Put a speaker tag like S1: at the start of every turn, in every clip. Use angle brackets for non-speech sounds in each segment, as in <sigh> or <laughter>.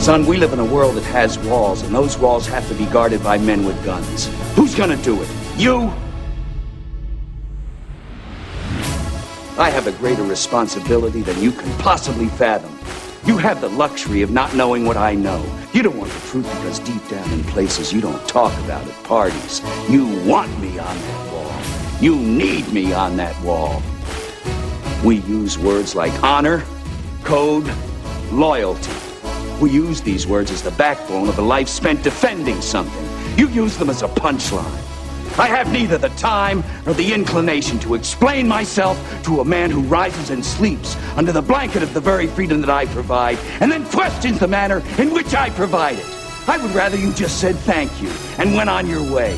S1: Son, we live in a world that has walls, and those walls have to be guarded by men with guns. Who's gonna do it? You? I have a greater responsibility than you can possibly fathom. You have the luxury of not knowing what I know. You don't want the truth because deep down in places you don't talk about at parties. You want me on that wall. You need me on that wall. We use words like honor, code, loyalty. We use these words as the backbone of a life spent defending something. You use them as a punchline. I have neither the time nor the inclination to explain myself to a man who rises and sleeps under the blanket of the very freedom that I provide and then questions the manner in which I provide it. I would rather you just said thank you and went on your way.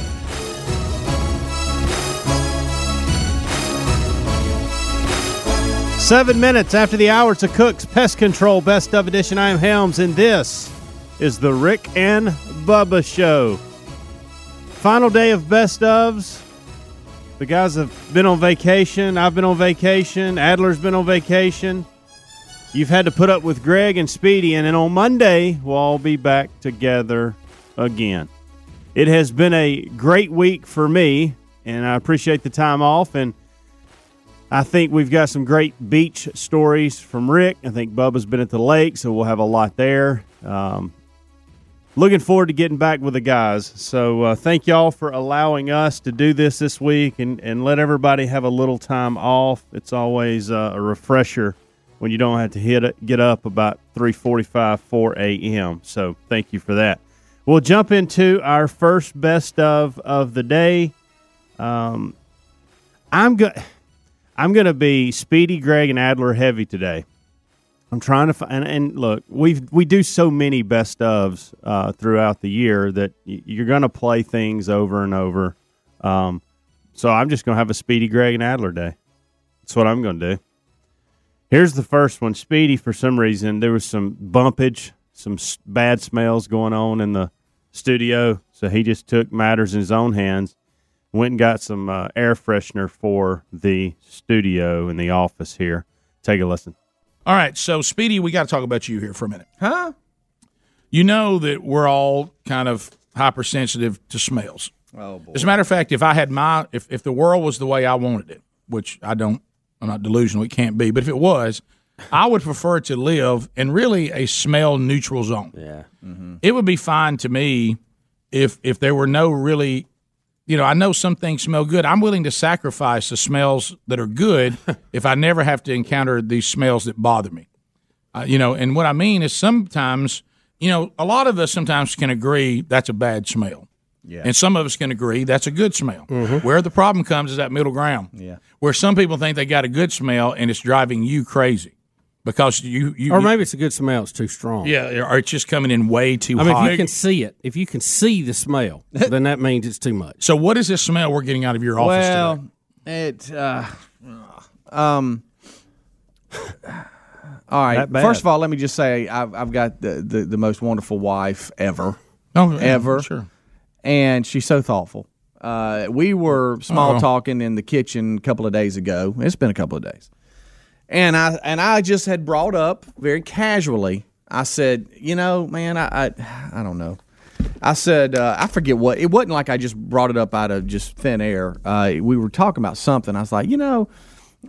S2: Seven minutes after the hour to Cook's Pest Control Best of Edition. I am Helms, and this is the Rick and Bubba Show. Final day of Best ofs. The guys have been on vacation. I've been on vacation. Adler's been on vacation. You've had to put up with Greg and Speedy, and then on Monday, we'll all be back together again. It has been a great week for me, and I appreciate the time off. And I think we've got some great beach stories from Rick. I think Bubba's been at the lake, so we'll have a lot there. Um, looking forward to getting back with the guys. So uh, thank y'all for allowing us to do this this week and, and let everybody have a little time off. It's always uh, a refresher when you don't have to hit it, get up about 3.45, 4 a.m. So thank you for that. We'll jump into our first best of of the day. Um, I'm going I'm going to be Speedy, Greg, and Adler heavy today. I'm trying to find, and, and look, we we do so many best ofs uh, throughout the year that y- you're going to play things over and over. Um, so I'm just going to have a Speedy, Greg, and Adler day. That's what I'm going to do. Here's the first one. Speedy, for some reason, there was some bumpage, some s- bad smells going on in the studio, so he just took matters in his own hands went and got some uh, air freshener for the studio in the office here. Take a listen.
S3: All right, so Speedy, we got to talk about you here for a minute, huh? You know that we're all kind of hypersensitive to smells.
S4: Oh boy.
S3: As a matter of fact, if I had my, if, if the world was the way I wanted it, which I don't, I'm not delusional, it can't be, but if it was, I would prefer to live in really a smell neutral zone. Mm-hmm.
S4: Yeah.
S3: It would be fine to me if if there were no really, you know, I know some things smell good. I'm willing to sacrifice the smells that are good if I never have to encounter these smells that bother me. Uh, you know, and what I mean is sometimes, you know, a lot of us sometimes can agree that's a bad smell.
S4: Yeah.
S3: And some of us can agree that's a good smell.
S5: Mm-hmm.
S3: Where the problem comes is that middle ground.
S4: Yeah.
S3: Where some people think they got a good smell and it's driving you crazy because you you
S5: Or maybe it's a good smell. It's too strong.
S3: yeah or it's just coming in way too
S5: I mean,
S3: hot.
S5: if you can see it, if you can see the smell, then that means it's too much.
S3: so what is this smell we're getting out of your office today?
S4: Well, it. Uh, um. <sighs> All right.
S2: That bad.
S4: First of all, let me just say I've, I've got the, the, the most wonderful wife ever,
S3: Oh, yeah,
S4: ever.
S3: Sure.
S4: and she's so thoughtful. Uh, we were small talking in the kitchen a couple of days ago. It's been a couple of days, and I and I just had brought up very casually. I said, you know, man, I I, I don't know. I said uh, I forget what it wasn't like. I just brought it up out of just thin air. Uh, we were talking about something. I was like, you know,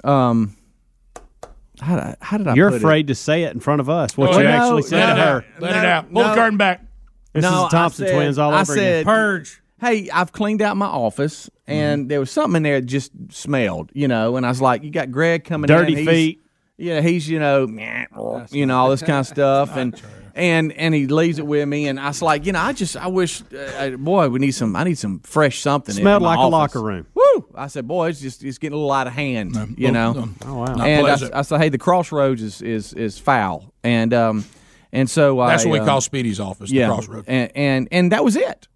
S4: um, how, did I- how did I?
S2: You're
S4: put it?
S2: afraid to say it in front of us, what
S3: Oh,
S2: you
S3: no,
S2: actually said to
S3: Let it
S2: her.
S3: out. Let it
S4: No,
S3: out. Pull the
S4: no.
S3: curtain back.
S2: This
S4: No,
S2: is the
S4: I
S2: Thompson
S4: said-
S2: twins all
S4: I
S2: over
S4: said-
S2: again.
S5: Purge.
S4: hey, I've cleaned out my office
S2: Mm-hmm.
S4: and there was something in there that just smelled, you know. And I was like, you got Greg coming
S2: Dirty
S4: in. he's-
S2: feet.
S4: Yeah, he's, you know, you know, all this kind of
S2: <laughs>
S4: stuff. And, and, and he leaves it with me. And I was like, you know, I just, I wish, uh, uh, boy, we need some, I need some fresh something. in
S2: Smelled
S4: my
S2: like a
S4: office.
S2: locker room.
S4: Woo! I said, boy, it's just, it's getting a little out of hand, you know
S3: Oh wow.
S4: and I, I said, "Hey, the crossroads is is is foul," and um, and so
S3: That's
S4: I,
S3: what we
S5: uh,
S4: um,
S3: call Speedy's office.
S4: yeah,
S3: The crossroad.
S4: and and and that was it.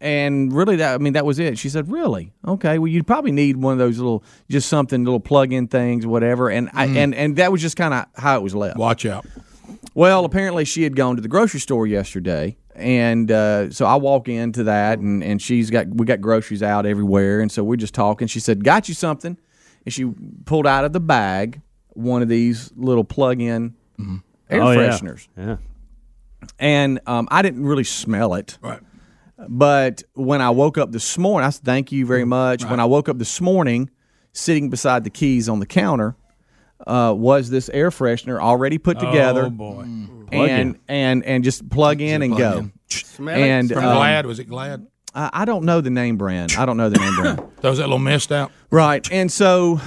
S4: And really, that I mean, that was it. She said, "Really? Okay. Well, you'd probably need one of those little, just something, little plug-in things, whatever." And I and and that was just kind of how it was left.
S3: Mm-hmm. Watch out.
S4: Well, apparently she had gone to the grocery store yesterday, and uh, so I walk into that, and, and she's got we got groceries out everywhere, and so we're just talking. She said, "Got you something," and she pulled out of the bag one of these little plug-in air
S3: Mm-hmm.
S2: Oh, yeah.
S4: fresheners.
S2: Yeah.
S4: and um, I didn't really smell it.
S3: Right.
S4: But when I woke up this morning, I said, thank you
S3: Mm-hmm.
S4: very much. When I woke up this morning, sitting beside the keys on the counter, uh, was this air freshener already put together
S3: Oh boy.
S6: Mm.
S4: and, and and just plug in and go. And
S3: From
S4: um,
S3: Glad was it Glad?
S4: I I don't know the name brand. I don't know the name brand.
S3: <laughs> Those that little missed out.
S4: Right. And so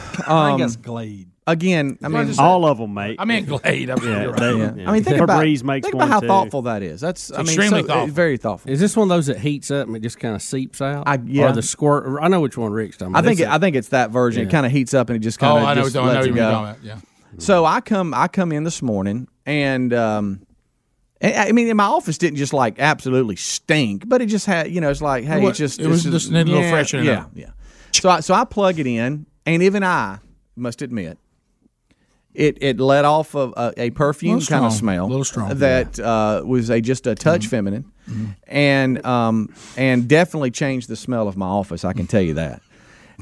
S4: um,
S6: I think that's Glade.
S4: again, I mean,
S2: All of them, mate.
S3: I meant Glade. I'm
S2: yeah,
S4: <laughs>
S3: you're right.
S2: they,
S4: I mean, think
S2: Febreze
S4: about,
S2: makes
S4: think about
S2: one
S4: how
S2: too.
S4: thoughtful that is. That's I mean,
S3: extremely
S4: so- uh,
S3: thoughtful.
S4: Very thoughtful.
S5: Is this one of those that heats up and it just kind of seeps out?
S4: I- yeah.
S5: Or the squirt? or- I know which one Rick's talking
S4: I
S5: about.
S4: think it,
S5: It's
S4: I think it's that version. It kind of heats up and it just kind
S3: Oh,
S4: of
S3: I know.
S4: just
S3: I know
S4: lets
S3: what
S4: it
S3: you're
S4: go.
S3: talking about. Yeah.
S4: So I come I come in this morning and um and- I mean, and my office didn't just like absolutely stink, but it just had, you know, it's like, hey,
S3: wa-
S4: it's just
S3: it was
S4: it's
S3: just needed a little
S4: yeah,
S3: freshening
S4: Yeah,
S3: up.
S4: yeah. So I so I plug it in, and even I must admit, it it let off of a, a perfume
S3: Little
S4: kind of
S3: strong,
S4: smell,
S3: little strong, Mm-hmm.
S4: that uh, was a just a touch feminine, and um and definitely changed the smell of my office. I can tell you that.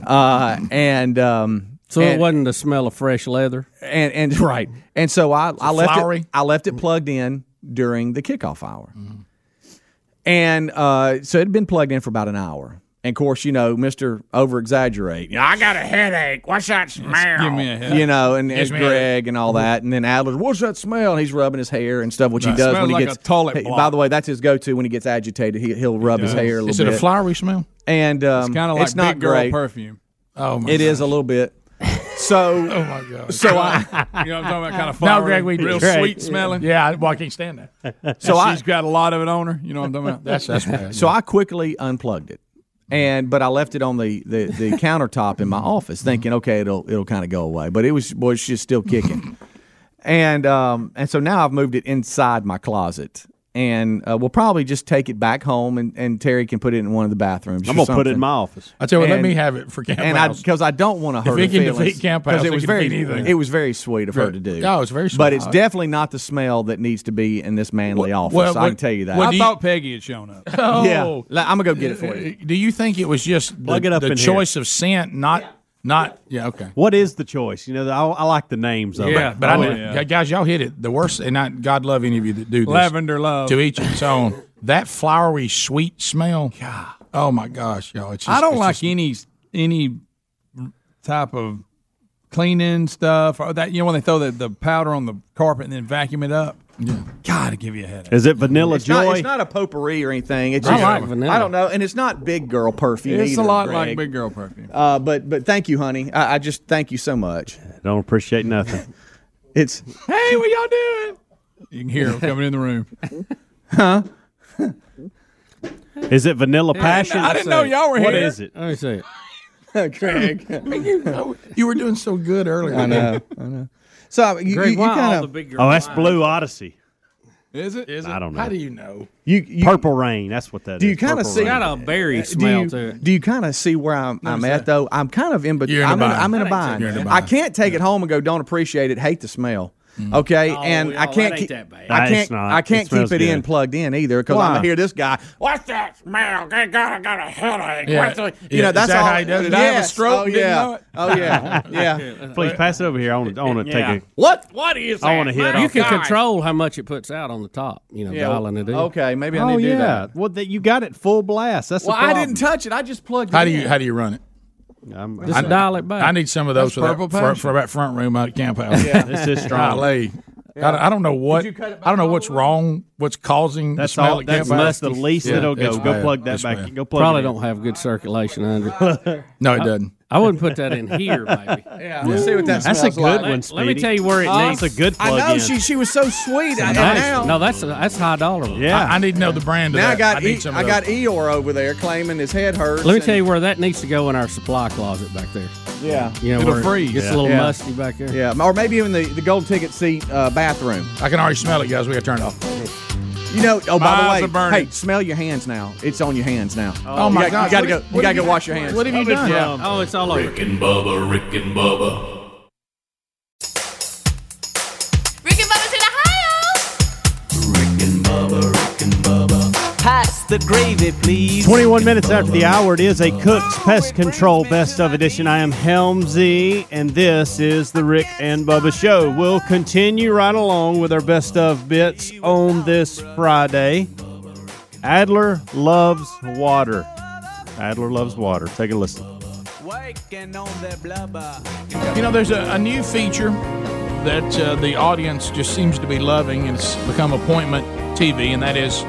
S4: Uh, and um,
S5: So
S4: and-
S5: it wasn't the smell of fresh leather.
S4: and and right and so I, I left it
S3: flowery. Mm-hmm.
S4: I left it plugged in during the kickoff hour, and uh, so it had been plugged in for about an hour. And of course, you know, Mister Over Exaggerate,
S3: I got a headache. What's that smell? Give me a
S4: <laughs>
S3: headache.
S4: you know, and, and
S3: Gives me a-
S4: Greg and all that, and then Adler, what's that smell? And he's rubbing his hair and stuff, which he does when
S6: Smells
S4: he
S6: like
S4: gets
S6: a toilet
S4: Hey, By
S6: block.
S4: the way, that's his go-to when he gets agitated. He, he'll rub his hair a little
S3: Is
S4: bit.
S3: it a flowery smell?
S4: And um,
S6: Kind of like
S4: it's not
S6: big girl
S4: great.
S6: perfume.
S3: Oh my.
S4: It is a little bit. So
S3: Oh my God.
S4: so I
S6: <laughs> You know what I'm talking about?
S4: <laughs>
S6: Kind of
S3: No,
S6: flowery,
S3: Greg,
S6: <laughs>
S3: we
S6: real
S2: Greg,
S6: sweet smelling.
S3: Yeah. I- Well, I can't stand
S4: <laughs>
S3: that.
S4: so I
S6: She's got a lot of it on her. You know what I'm
S4: <laughs>
S6: talking about?
S3: That's that's bad.
S4: So I quickly unplugged it, and but I left it on the the,
S3: <laughs>
S4: the countertop in my
S3: Mm-hmm.
S4: office, thinking, okay, it'll it'll kind of go away. But it was boy, it's just still
S3: <laughs>
S4: kicking, and um and so now I've moved it inside my closet. And uh, we'll probably just take it back home, and, and Terry can put it in one of the bathrooms.
S2: I'm
S4: or
S2: gonna put it in
S4: something.
S2: my office.
S3: I tell you, what,
S4: and-
S3: let me have it for camp
S4: and I
S3: house.
S4: because I don't want to hurt
S3: it
S4: her
S3: can defeat
S4: feelings,
S3: Camp
S4: 'cause
S3: House,
S4: it
S3: it
S4: was
S3: can
S4: very
S3: defeat anything.
S4: it was very sweet of her to do.
S3: Yeah, it was very
S4: but
S3: sweet.
S4: it's definitely not the smell that needs to be in this manly office.
S3: well,
S4: I can
S3: what-
S4: tell you that.
S3: what
S6: I
S3: do you-
S6: thought Peggy had shown up. <laughs>
S4: yeah,
S3: Oh. Uh,
S4: Like, I'm gonna go get it for you.
S3: Do you think it was just the,
S2: Plug it up
S3: the
S2: in here.
S3: choice of scent, not not? Yeah, okay.
S2: What is the choice? You know, I, I like the names of
S3: Yeah,
S2: it.
S3: but
S6: Oh,
S3: I know,
S6: yeah.
S3: yeah, guys, y'all hit it. The worst, and I, God love any of you that do this.
S6: Lavender love.
S3: to each its own. That flowery, sweet smell. Oh my gosh, y'all! It's just,
S6: I don't
S3: it's
S6: like
S3: just-
S6: any any type of cleaning stuff or that. You know when they throw the, the powder on the carpet and then vacuum it up. God, it give you a headache.
S2: Is it Vanilla
S4: It's
S2: Joy?
S4: not, it's not a potpourri or anything. It's
S5: I
S4: just,
S5: like vanilla.
S4: I don't know, and it's not big girl perfume.
S6: It's
S4: either,
S6: a lot
S4: Greg.
S6: like big girl perfume.
S4: Uh, but but thank you, honey. I, I just thank you so much.
S2: Don't appreciate nothing.
S4: <laughs> It's
S6: hey, what y'all doing? You
S4: <laughs>
S6: can hear them coming in the room.
S2: <laughs> Is it Vanilla Passion?
S6: I didn't know y'all were
S2: What
S6: here.
S2: is it?
S5: Let me see.
S3: <laughs>
S4: Greg.
S3: You were doing so good earlier.
S4: I know. I know. So I- <laughs> you,
S5: Greg,
S4: you,
S5: why all
S4: kind
S5: the
S4: of
S5: big girl
S2: Oh, that's
S5: lines?
S2: Blue Odyssey.
S6: Is it? Is
S2: I don't
S3: How
S2: know.
S3: do you know?
S4: you, you
S2: Purple Rain. That's what that is.
S4: Do you kinda
S2: Purple
S4: see- Uh,
S2: Rain.
S5: Got a berry
S4: do
S5: smell
S4: you,
S5: to it.
S4: do you kind of see where I'm, I'm at though? I'm kind of in between.
S3: You're in a
S4: I'm, in,
S3: bind.
S4: I'm in a
S5: That ain't so
S4: bind.
S3: You're in a
S4: I
S3: bind.
S4: can't take it home and go. Don't appreciate it. Hate the smell. Okay, and
S5: no,
S4: I
S5: Oh, that
S4: can't.
S5: ain't
S4: keep-
S5: that bad.
S4: I
S2: Nah,
S4: can't.
S2: it's not.
S4: I can't
S2: It
S4: keep it
S2: smells
S4: in
S2: good.
S4: plugged in either because I'm
S2: Why?
S4: gonna hear this guy.
S7: What's that smell? Good God, I got a headache.
S3: Yeah.
S7: What's the-
S4: You know that's
S3: that
S4: all.
S3: how he does it?
S6: Did I have a
S4: Yes.
S6: stroke
S4: Oh
S6: and didn't know
S4: yeah.
S6: it?
S4: Oh yeah. Yeah. <laughs>
S2: Please pass it over here. I want to. I want to
S5: Yeah.
S2: take a.
S4: What?
S7: What is that?
S2: I wanna hit
S7: My
S2: it off.
S5: You can
S7: God.
S5: control how much it puts out on the top. You know,
S4: Yeah,
S5: dialing it in.
S4: Okay, maybe I
S2: Oh
S4: need to do
S2: yeah.
S4: that.
S2: Well, that you got it full blast. That's
S4: Well,
S2: the
S4: I
S2: problem.
S4: didn't touch it. I just plugged it
S3: How do you
S4: in.
S3: how do you run it?
S2: I'm,
S5: Just dial it back.
S3: I need some of those for that,
S6: purple
S3: for,
S6: passion.
S3: for that front room out at camp house. Yeah,
S2: this is strong.
S3: Golly. I, don't, I don't know what
S4: you cut it back
S3: I don't know
S4: all
S3: what's
S4: the
S3: wrong. What's causing
S2: That's
S3: the smell
S2: all.
S3: at
S2: That's,
S3: camp house.
S2: that's the least
S3: Yeah,
S2: it'll go.
S3: it's
S2: Go
S3: bad.
S2: plug that
S3: It's
S2: back.
S3: bad.
S2: in. Go plug.
S5: Probably
S2: it in.
S5: don't have good circulation under. it.
S3: <laughs> No, it doesn't.
S5: I wouldn't put that in here,
S3: <laughs>
S5: maybe.
S4: Yeah, let's see what that
S2: That's a
S4: smells
S2: good
S4: like.
S2: one.
S5: Let, let me
S2: Speedy.
S5: tell you where it needs.
S2: That's a good
S4: I
S2: plug
S4: know
S2: in.
S4: she she was so sweet. I, and
S5: Nice.
S4: now
S5: no, that's a, that's high dollar. one.
S2: yeah.
S3: I, I need to know the brand. Of
S4: now I
S3: that.
S4: got
S3: need
S4: E-
S3: some of
S4: I
S3: those.
S4: got Eeyore over there claiming his head hurts.
S5: Let me
S4: and-
S5: tell you where that needs to go in our supply closet back there.
S4: Yeah.
S5: You know,
S6: It'll
S5: where it
S6: freeze.
S5: Gets a little
S4: Yeah.
S5: musty back there.
S4: Yeah, or maybe even the, the gold ticket seat uh, bathroom.
S3: I can already smell it, guys. We got to turn it off.
S4: You know, oh
S6: Miles
S4: by
S6: are
S4: the way, hey,
S6: burning.
S4: smell your hands now. It's on your hands now.
S3: Oh, my
S4: you
S3: God!
S4: gotta go-
S3: What-
S4: you
S3: what
S4: gotta
S3: have
S4: go wash your hands.
S3: What have you done? Um,
S4: Yeah. <laughs>
S5: Oh, it's all over.
S8: Rick and Bubba, Rick and Bubba.
S9: Rick and Bubba's in Ohio.
S8: Rick and Bubba, Rick and Bubba.
S9: Pass the gravy, please.
S2: 21 minutes after the hour, it is a Cook's Pest Control Best of Edition. I am Helmsy, and this is the Rick and Bubba Show. We'll continue right along with our best of bits on this Friday. Adler loves water. Adler loves water. Take a listen.
S9: Waking on the blubber.
S3: You know, there's a, a new feature that uh, the audience just seems to be loving, and it's become appointment TV, and that is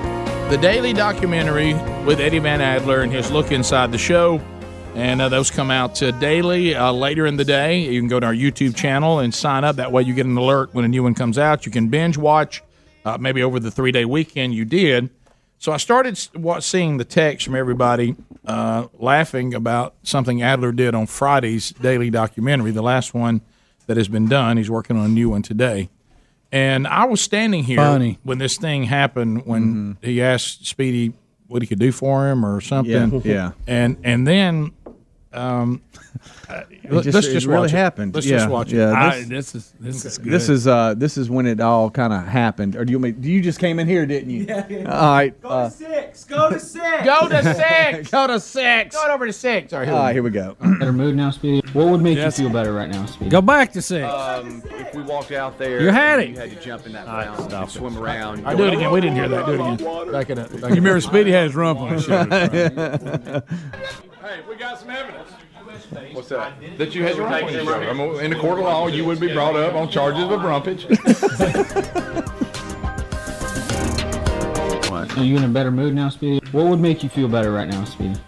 S3: the daily documentary with Eddie Van Adler and his look inside the show. And uh, those come out uh, daily uh, later in the day. You can go to our YouTube channel and sign up. That way, you get an alert when a new one comes out. You can binge watch, uh, maybe over the three day weekend you did. So I started s- wa- seeing the text from everybody uh, laughing about something Adler did on Friday's daily documentary, the last one that has been done. He's working on a new one today. And I was standing here
S6: Funny.
S3: when this thing happened when
S4: Mm-hmm.
S3: he asked Speedy what he could do for him or something.
S4: yeah.
S3: And and then um, uh, let's
S4: just-
S3: just,
S4: it
S3: watch
S4: really
S3: it.
S4: happened.
S3: Let's
S4: Yeah,
S3: just watch it.
S4: yeah.
S6: I, this is this is good.
S4: This is uh this is when it all kind of happened. Or do you want me- do you just came in here, didn't
S6: <laughs>
S4: you? Yeah. All right. uh,
S9: Six, go to six.
S3: Go to six. go to six. Go over to six. All right.
S10: Ah,
S4: all right, here we go.
S10: <clears throat> Better mood now, Speedy. What would make you feel better right now, Speedy?
S5: Go back to six.
S10: Um,
S11: Um, If we walked out there,
S5: You had it.
S11: You had to jump in that fountain, swim around.
S3: I do it again. We didn't hear that. Do it again. Back it up. Back
S6: You remember
S4: <laughs>
S6: Speedy had his rump on his shoulder. <laughs>
S11: Hey, we got some evidence. What's that? That you had your tax in I mean, in the court of law, you would be brought up on charges of rumpage.
S10: Are you in a better mood now, Speedy? What would make you feel better right now, Speedy?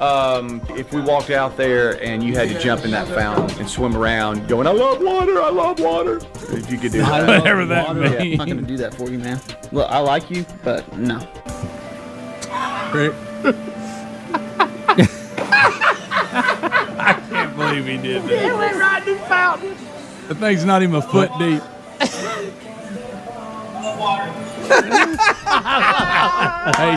S11: Um, if we walked out there and you had to jump in that fountain and swim around, going, "I love water, I love water," if you could
S4: <laughs>
S11: do that.
S6: Whatever that
S10: Yeah, I'm not
S6: means.
S10: gonna do that for you, man. Look, I like you, but no.
S6: <laughs> I can't believe he did that. He went right in the fountain. <laughs> The thing's not even a foot deep. hey,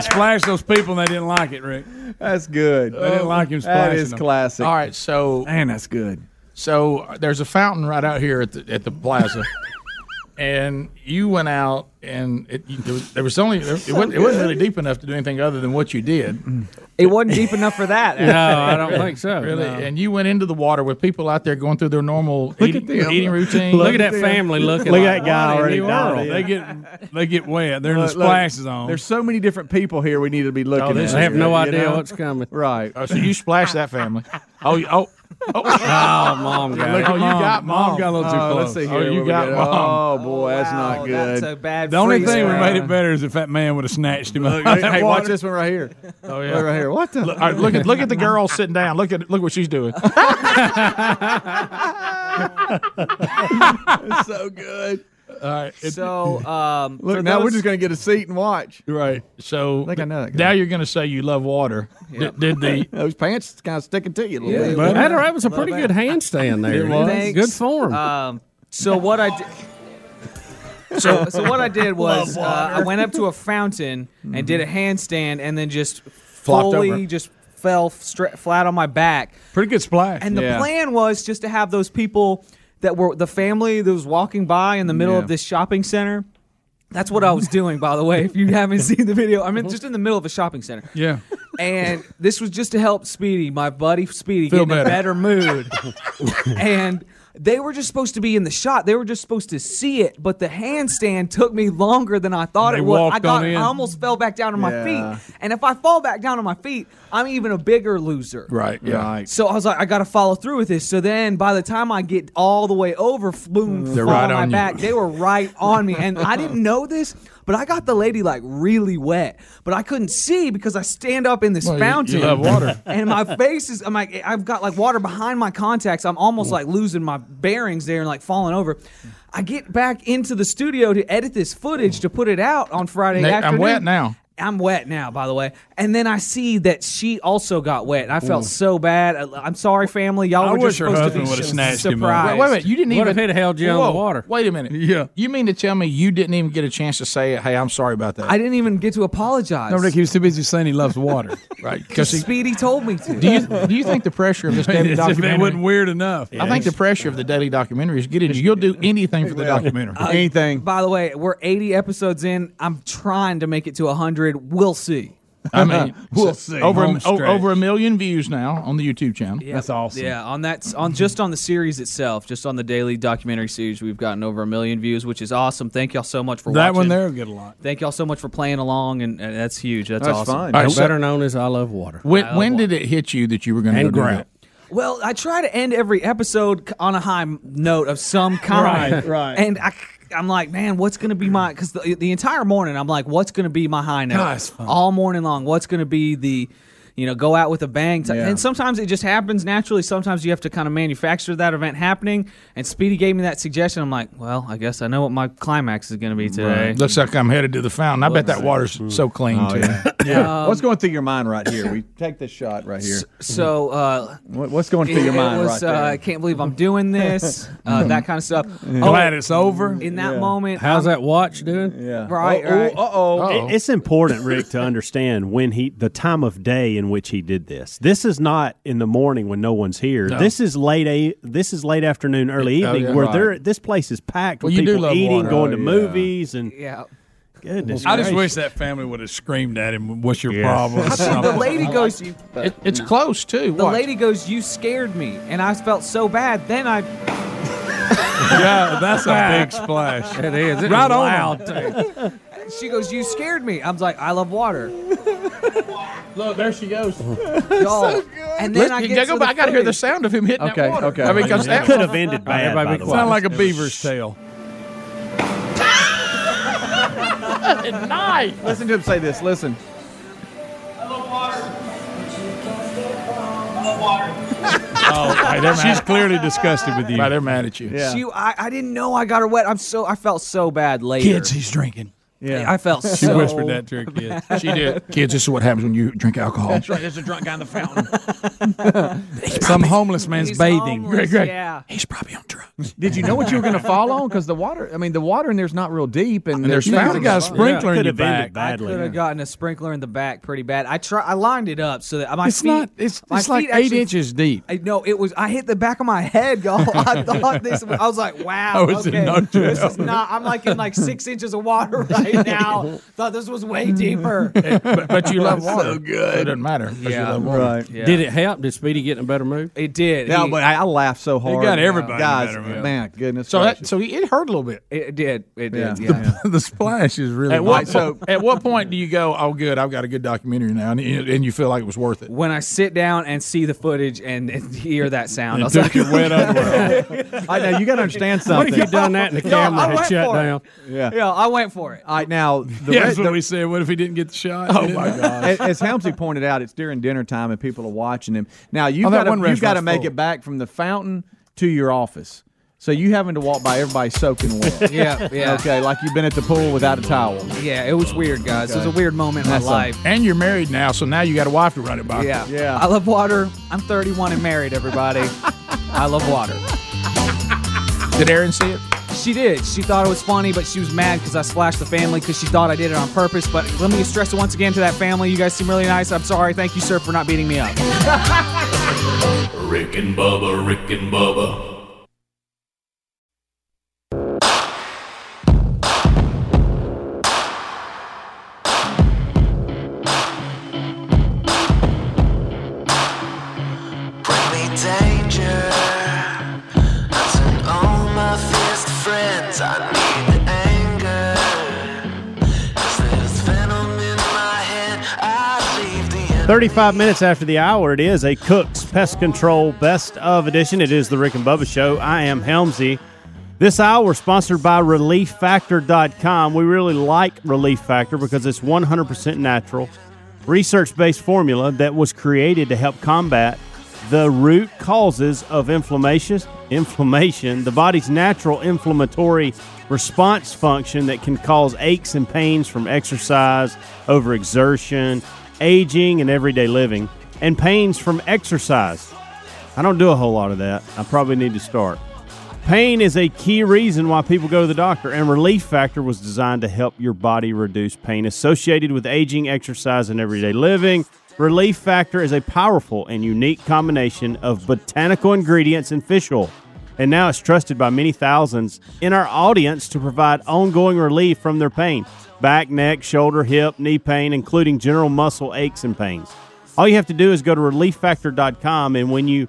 S12: <laughs>
S6: splash those people and they didn't like it, Rick.
S4: That's good.
S6: They didn't like him
S4: That
S6: splashing
S4: is
S6: them.
S4: classic.
S3: All right. So
S4: Man, that's good.
S3: So uh, there's a fountain right out here at the at
S4: <laughs>
S3: the plaza, and you went out and it, you, there was- there was only there, it, wasn't, it wasn't really deep enough to do anything other than what you did,
S5: Mm.
S9: It wasn't deep enough
S3: <laughs>
S9: for that.
S5: No, I don't <laughs> think so.
S3: really.
S5: No.
S3: And you went into the water with people out there going through their normal eating, eating routine.
S5: Look at that
S6: <laughs>
S3: <laughs>
S5: family looking.
S2: Look
S5: like,
S2: at that guy
S5: what
S2: already
S5: in the world?
S2: dying.
S6: They get they get wet. They're in the
S4: Look, look,
S6: splashes on.
S4: There's so many different people here we need to be looking
S3: this
S4: at.
S3: is-
S5: I have
S4: You
S5: no idea
S4: know?
S5: what's coming.
S4: Right.
S3: Oh, so you splashed
S6: <laughs>
S3: that family. Oh, you- oh,
S5: Oh, mom,
S6: Look
S5: got
S6: at
S5: it.
S3: you
S6: mom.
S3: got mom.
S6: got a little too
S4: Oh, let's
S6: close.
S4: see here.
S3: Oh, you
S4: what we
S3: got
S4: did.
S3: one.
S4: Oh boy, that's
S9: Wow,
S4: not good.
S9: That's a bad
S6: The only
S9: freeze
S6: thing
S9: there.
S6: that made it better is if that man would have snatched him up.
S4: <laughs> hey,
S6: <laughs>
S4: hey, watch this one right here. Look
S3: oh
S4: right
S3: yeah.
S4: here. What the?
S3: All right, look at look at the girl sitting down. Look at look what
S6: <laughs>
S3: she's doing.
S4: That's so good.
S9: So, um,
S4: Look,
S9: for
S4: now we're
S9: those-
S4: just gonna get a seat and watch.
S3: Right. So
S4: think I know that guy.
S3: now
S6: <laughs>
S3: you're going to say you love water. Did, did <laughs> the
S4: Those pants kind of sticking to you a little bit.
S5: That right was a pretty good handstand there. It was.
S9: Thanks.
S5: Good form.
S9: Um, so what I did. So, so what I did was uh, I went up to a fountain and did a handstand and then just
S3: Flopped
S9: fully
S3: over.
S9: just fell stra- flat on my back.
S6: Pretty good splash.
S9: And the
S4: Yeah.
S9: plan was just to have those people that were the family that was walking by in the middle
S4: Yeah.
S9: of this shopping center. That's what I was doing, by the way. If you haven't <laughs> seen the video, I'm in, just in the middle of a shopping center.
S6: yeah.
S9: And this was just to help Speedy, my buddy Speedy,
S3: Feel
S9: get in a
S3: better.
S9: better mood. <laughs> and they were just supposed to be in the shot. They were just supposed to see it, but the handstand took me longer than I thought
S6: They
S9: it would. I
S6: walked on
S9: got I
S6: in.
S9: almost fell back down on
S4: Yeah.
S9: my feet. And if I fall back down on my feet, I'm even a bigger loser.
S3: right? Yeah.
S9: So I was like, I got to follow through with this. So then, by the time I get all the way over, f- boom,
S3: Mm. They're
S9: fall
S3: right
S9: on my
S3: on you.
S9: back. They were right on me, and I didn't know this, but I got the lady like really wet, but I couldn't see because I stand up in this
S3: Well, you- you
S9: fountain.
S3: love water.
S9: <laughs> and my face is. I'm like, I've got like water behind my contacts. I'm almost like losing my bearings there and like falling over. I get back into the studio to edit this footage to put it out on Friday
S3: Nate, I'm
S9: afternoon.
S3: wet now.
S9: I'm wet now, by the way. And then I see that she also got wet. and I felt so bad. I- I'm sorry, family. Y'all
S6: I
S9: were
S6: wish
S9: just
S6: her
S9: supposed to be
S6: husband would've
S9: su-
S6: snatched him up.
S9: surprised.
S3: Wait, wait a minute. You didn't
S5: What
S3: even.
S5: if it held you on the
S3: Whoa,
S5: water?
S3: Wait a minute.
S6: Yeah.
S3: You mean to tell me you didn't even get a chance to say, hey, I'm sorry about that?
S9: I didn't even get to apologize.
S6: No, Rick, he was too busy saying he loves water.
S3: <laughs> right. Because
S9: Speedy told me to.
S3: do you, do you think the pressure
S6: <laughs>
S3: of this daily
S6: As if it
S3: <laughs>
S6: wasn't
S3: documentary?
S6: weird enough.
S3: I think the pressure of the daily documentary is getting you. You'll do anything for the documentary.
S6: Uh,
S4: Anything.
S9: by the way, we're 80 episodes in. I'm trying to make it to 100. We'll see.
S3: I <laughs> mean,
S6: We'll see.
S3: Over
S6: Home
S3: a, o-
S6: stretch.
S3: over a million views now on the YouTube channel.
S9: Yeah, on that, on just on the series itself, just on the daily documentary series, we've gotten over a million views, which is awesome. Thank y'all so much for
S6: That one
S9: watching.
S6: there will get a lot.
S9: Thank y'all so much for playing along, and, and that's huge. That's, awesome.
S3: All right, so-
S5: better known as I love water.
S3: When,
S9: I love
S3: when did it hit you that you were going to
S5: And
S3: go do
S5: grout.
S3: that?
S9: Well, I try to end every episode c- on a high m- note of some kind.
S5: Right, right.
S9: And I, am like, man, what's going to be my. Because the, the entire morning, I'm like, what's going to be my high note?
S6: God, it's fun.
S9: All morning long, what's going to be the. You know, go out with a bang. type-
S6: Yeah.
S9: And sometimes it just happens naturally. Sometimes you have to kind of manufacture that event happening. And Speedy gave me that suggestion. I'm like, well, I guess I know what my climax is going to be today.
S3: Looks like I'm headed to the fountain. I bet that water's so clean
S9: Oh,
S3: too.
S9: <laughs>
S4: Yeah.
S9: Um,
S4: what's going through your mind right here? We take this shot right here.
S9: So, uh,
S4: What- what's going through your
S9: it
S4: mind
S9: was,
S4: right
S9: uh,
S4: there?
S9: I can't believe I'm doing
S4: <laughs>
S9: this. Uh, that kind of stuff.
S6: Glad
S9: Oh,
S6: it's over.
S9: in that moment.
S5: How's
S9: I'm-
S5: that watch
S13: <laughs>
S5: doing?
S4: Yeah.
S9: Right, right.
S2: It- It's important, Rick, to understand when he the time of day in which he did this. This is not in the morning when no one's here.
S3: No.
S2: This is late a this is late afternoon, early
S3: Oh,
S2: evening,
S3: yeah.
S2: where
S3: Right.
S2: they're this place is packed
S3: Well,
S2: with
S3: you do
S2: people
S3: love
S2: eating,
S3: water.
S2: going to
S3: Oh, yeah.
S2: movies, and
S9: Yeah.
S2: goodness.
S6: I just
S2: gracious.
S6: wish that family would have screamed at him. What's your problem?
S9: I think the
S6: <laughs>
S9: lady goes.
S3: It, it's close too.
S9: The
S3: Watch.
S9: lady goes. You scared me, and I felt so bad. Then I.
S6: yeah, that's
S5: <laughs>
S6: a big splash.
S5: It is. It's
S6: Right on.
S5: loud too.
S9: <laughs> She goes. You scared me. I'm like. I love water.
S3: Look, there she
S4: <laughs>
S3: goes.
S9: Y'all. And then I
S3: Listen,
S9: get
S3: go
S9: to the
S3: back. I got to hear the
S9: footage.
S3: sound of him hitting
S4: Okay,
S3: that water.
S4: okay.
S3: I mean, because
S2: It
S3: that
S2: could have ended bad.
S5: everybody
S2: by
S5: be
S2: the way.
S5: quiet.
S6: Sound like a beaver's tail.
S3: night.
S4: Listen to him say this. Listen.
S6: Oh, She's clearly disgusted with you.
S3: Right, they're mad at you.
S4: Yeah.
S9: She. I, I didn't know I got her wet. I'm so. I felt so bad later.
S6: Kids, he's drinking.
S9: I
S6: <laughs>
S9: felt.
S6: She
S9: so,
S6: whispered that to her
S9: <laughs>
S2: <laughs>
S6: kids.
S3: She did. Kids, this is what happens when you drink alcohol. That's right.
S6: There's a drunk guy in the fountain.
S4: <laughs>
S6: Some homeless man's
S9: He's
S6: bathing.
S9: homeless,
S6: Greg, Greg.
S9: Yeah.
S3: He's probably on drugs.
S4: Did you know what you were going to fall on? Because the water, I mean, the water in there's not real deep, and,
S3: there's
S4: nothing
S3: fountain
S4: to
S3: guys
S4: fall-
S3: sprinkling.
S2: Could have
S3: your
S2: ended
S3: back.
S2: badly.
S9: Could have gotten a sprinkler in the back pretty bad. I try. I lined it up so that my
S6: It's
S9: feet.
S6: not. It's,
S9: my
S6: it's like
S9: feet
S6: eight
S9: actually-
S6: inches deep.
S9: I, no, it was. I hit the back of my head, <laughs> y'all. I thought this. I was
S6: <laughs>
S9: like, wow.
S6: was in
S9: okay,
S6: no <laughs>
S9: this is not. I'm like in like six inches of water <laughs> right now. Thought this
S6: <laughs>
S9: was way deeper.
S3: But,
S5: <laughs>
S3: but
S9: <laughs>
S3: you love water. So good. it doesn't matter. 'cause You
S9: Yeah.
S3: love water.
S4: Right.
S9: Yeah.
S5: Did it help? Did Speedy get in a better mood?
S9: It did.
S4: Yeah,
S9: He-
S4: but I, I laughed so hard.
S6: got everybody
S4: Guys,
S6: better, man.
S4: man, goodness.
S3: So that
S4: gracious.
S3: so he, it hurt a little bit.
S9: it did. It
S4: Yeah.
S9: did. Yeah.
S6: <laughs> the splash is really.
S3: At what
S6: nice. So
S3: so at what point do you go? Oh, good, I've got a good documentary now, and, and you feel like it was worth it.
S9: When I sit down and see the footage and, and hear that sound, I was
S6: took
S9: like,
S6: your wet
S9: <laughs>
S6: underwear.
S4: <laughs> I know you got to understand something.
S5: If you done that and the camera
S9: I
S5: had
S9: went
S5: shut
S9: for it.
S5: down,
S4: yeah.
S9: "Yeah, I went for it."
S4: All right, now the,
S6: yeah,
S4: re-
S6: that's
S4: the
S6: what we said. What if he didn't get the shot? Oh my god!
S4: as,
S6: <laughs>
S4: as Helmsley pointed out, it's during dinner time and people are watching him. Now you've
S6: Oh, that
S4: got to
S6: one
S4: you've got to
S6: restaurant's
S4: make
S6: full.
S4: it back from the fountain to your office. So you having to walk by everybody soaking <laughs> wet.
S9: Yeah, yeah,
S4: Okay, like you've been at the pool without a towel.
S9: <laughs> yeah. It was weird, guys. It was a weird moment in my
S4: That's a-
S9: life.
S3: And you're married now, so now you got a wife to run it by.
S9: Yeah,
S4: Yeah.
S9: I love water. I'm 31 and married. <laughs> Everybody, I love water.
S3: Did Aaron see it?
S9: She did. She thought it was funny, but she was mad because I splashed the family because she thought I did it on purpose. But let me stress it once again to that family. You guys seem really nice. I'm sorry. Thank you, sir, for not beating me up.
S8: Rick and Bubba, Rick and
S4: <laughs>
S8: Bubba.
S14: Bring me danger. Until all my fierce friends, I need the anger. 'Cause there's venom in my head. I leave the enemy.
S2: 35 minutes after the hour, it is a Cook's Pest Control Best of Edition. It is the Rick and Bubba Show. I am Helmsy. This hour sponsored by ReliefFactor.com. We really like Relief Factor because it's 100% natural, research based formula that was created to help combat the root causes of inflammation, inflammation, the body's natural inflammatory response function that can cause aches and pains from exercise, overexertion, aging, and everyday living, and pains from exercise. I don't do a whole lot of that. I probably need to start. Pain is a key reason why people go to the doctor, and Relief Factor was designed to help your body reduce pain associated with aging, exercise, and everyday living. Relief Factor is a powerful and unique combination of botanical ingredients and fish oil. and now it's trusted by many thousands in our audience to provide ongoing relief from their pain back, neck, shoulder, hip, knee pain, including general muscle aches and pains. All you have to do is go to relieffactor.com, and when you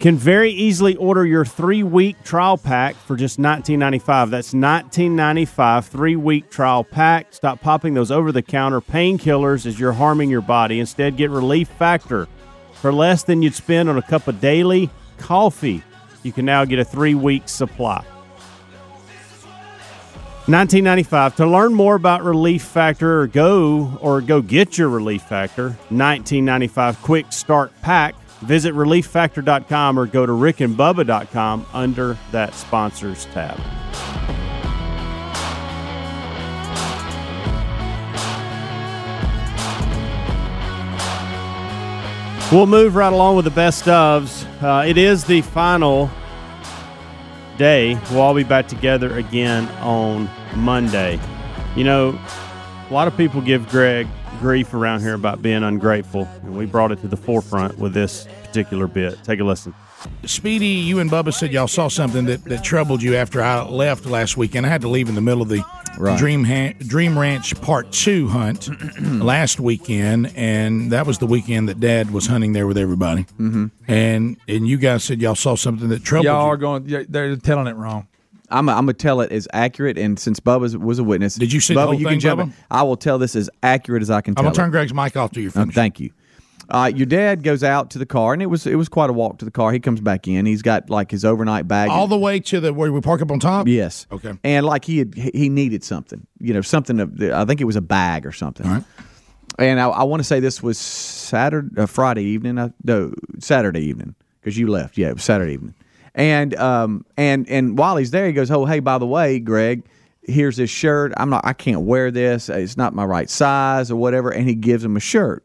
S2: can very easily order your three week trial pack for just $19.95. That's $19.95, three week trial pack. Stop popping those over the counter painkillers as you're harming your body. Instead, get Relief Factor for less than you'd spend on a cup of daily coffee. You can now get a three week supply. 1995 to learn more about relief factor or go or go get your relief factor 1995 quick start pack visit relieffactor.com or go to rickandbubba.com under that sponsors tab we'll move right along with the best ofs uh, it is the final day. We'll all be back together again on Monday. You know, a lot of people give Greg grief around here about being ungrateful, and we brought it to the forefront with this particular bit. Take a listen.
S3: Speedy, you and Bubba said y'all saw something that, that troubled you after I left last weekend. I had to leave in the middle of the
S4: Right.
S3: Dream Han- Dream Ranch Part
S6: <clears throat>
S3: Two hunt last weekend, and that was the weekend that Dad was hunting there with everybody.
S6: Mm-hmm.
S3: And and you guys said y'all saw something that troubled
S6: Y'all
S3: you.
S6: are going. yeah, They're telling it wrong.
S4: I'm, I'm gonna tell it as accurate, and since Bubba was a witness, did you
S3: see the
S4: Bubba?
S3: whole
S4: you
S3: thing,
S4: can jump. in.
S3: Bubba?
S4: I will tell this as accurate as I can.
S3: I'm
S4: tell
S3: gonna
S4: it.
S3: turn Greg's mic off till you're
S4: Um,
S3: finished.
S4: thank you. Uh, your dad goes out to the car, and it was it was quite a walk to the car. He comes back in. He's got like his overnight bag.
S3: All the way to the where we park up on top.
S4: Yes.
S3: Okay.
S4: And like he had, he needed something, you know, something of, the- I think it was a bag or something. And I, I want to say this was Saturday, uh, Friday evening. Uh, no, Saturday evening because you left. Yeah, it was Saturday evening. And um and and while he's there, he goes, "Oh, hey, by the way, Greg, here's this shirt. I'm not, I can't wear this. It's not my right size or whatever." And he gives him a shirt.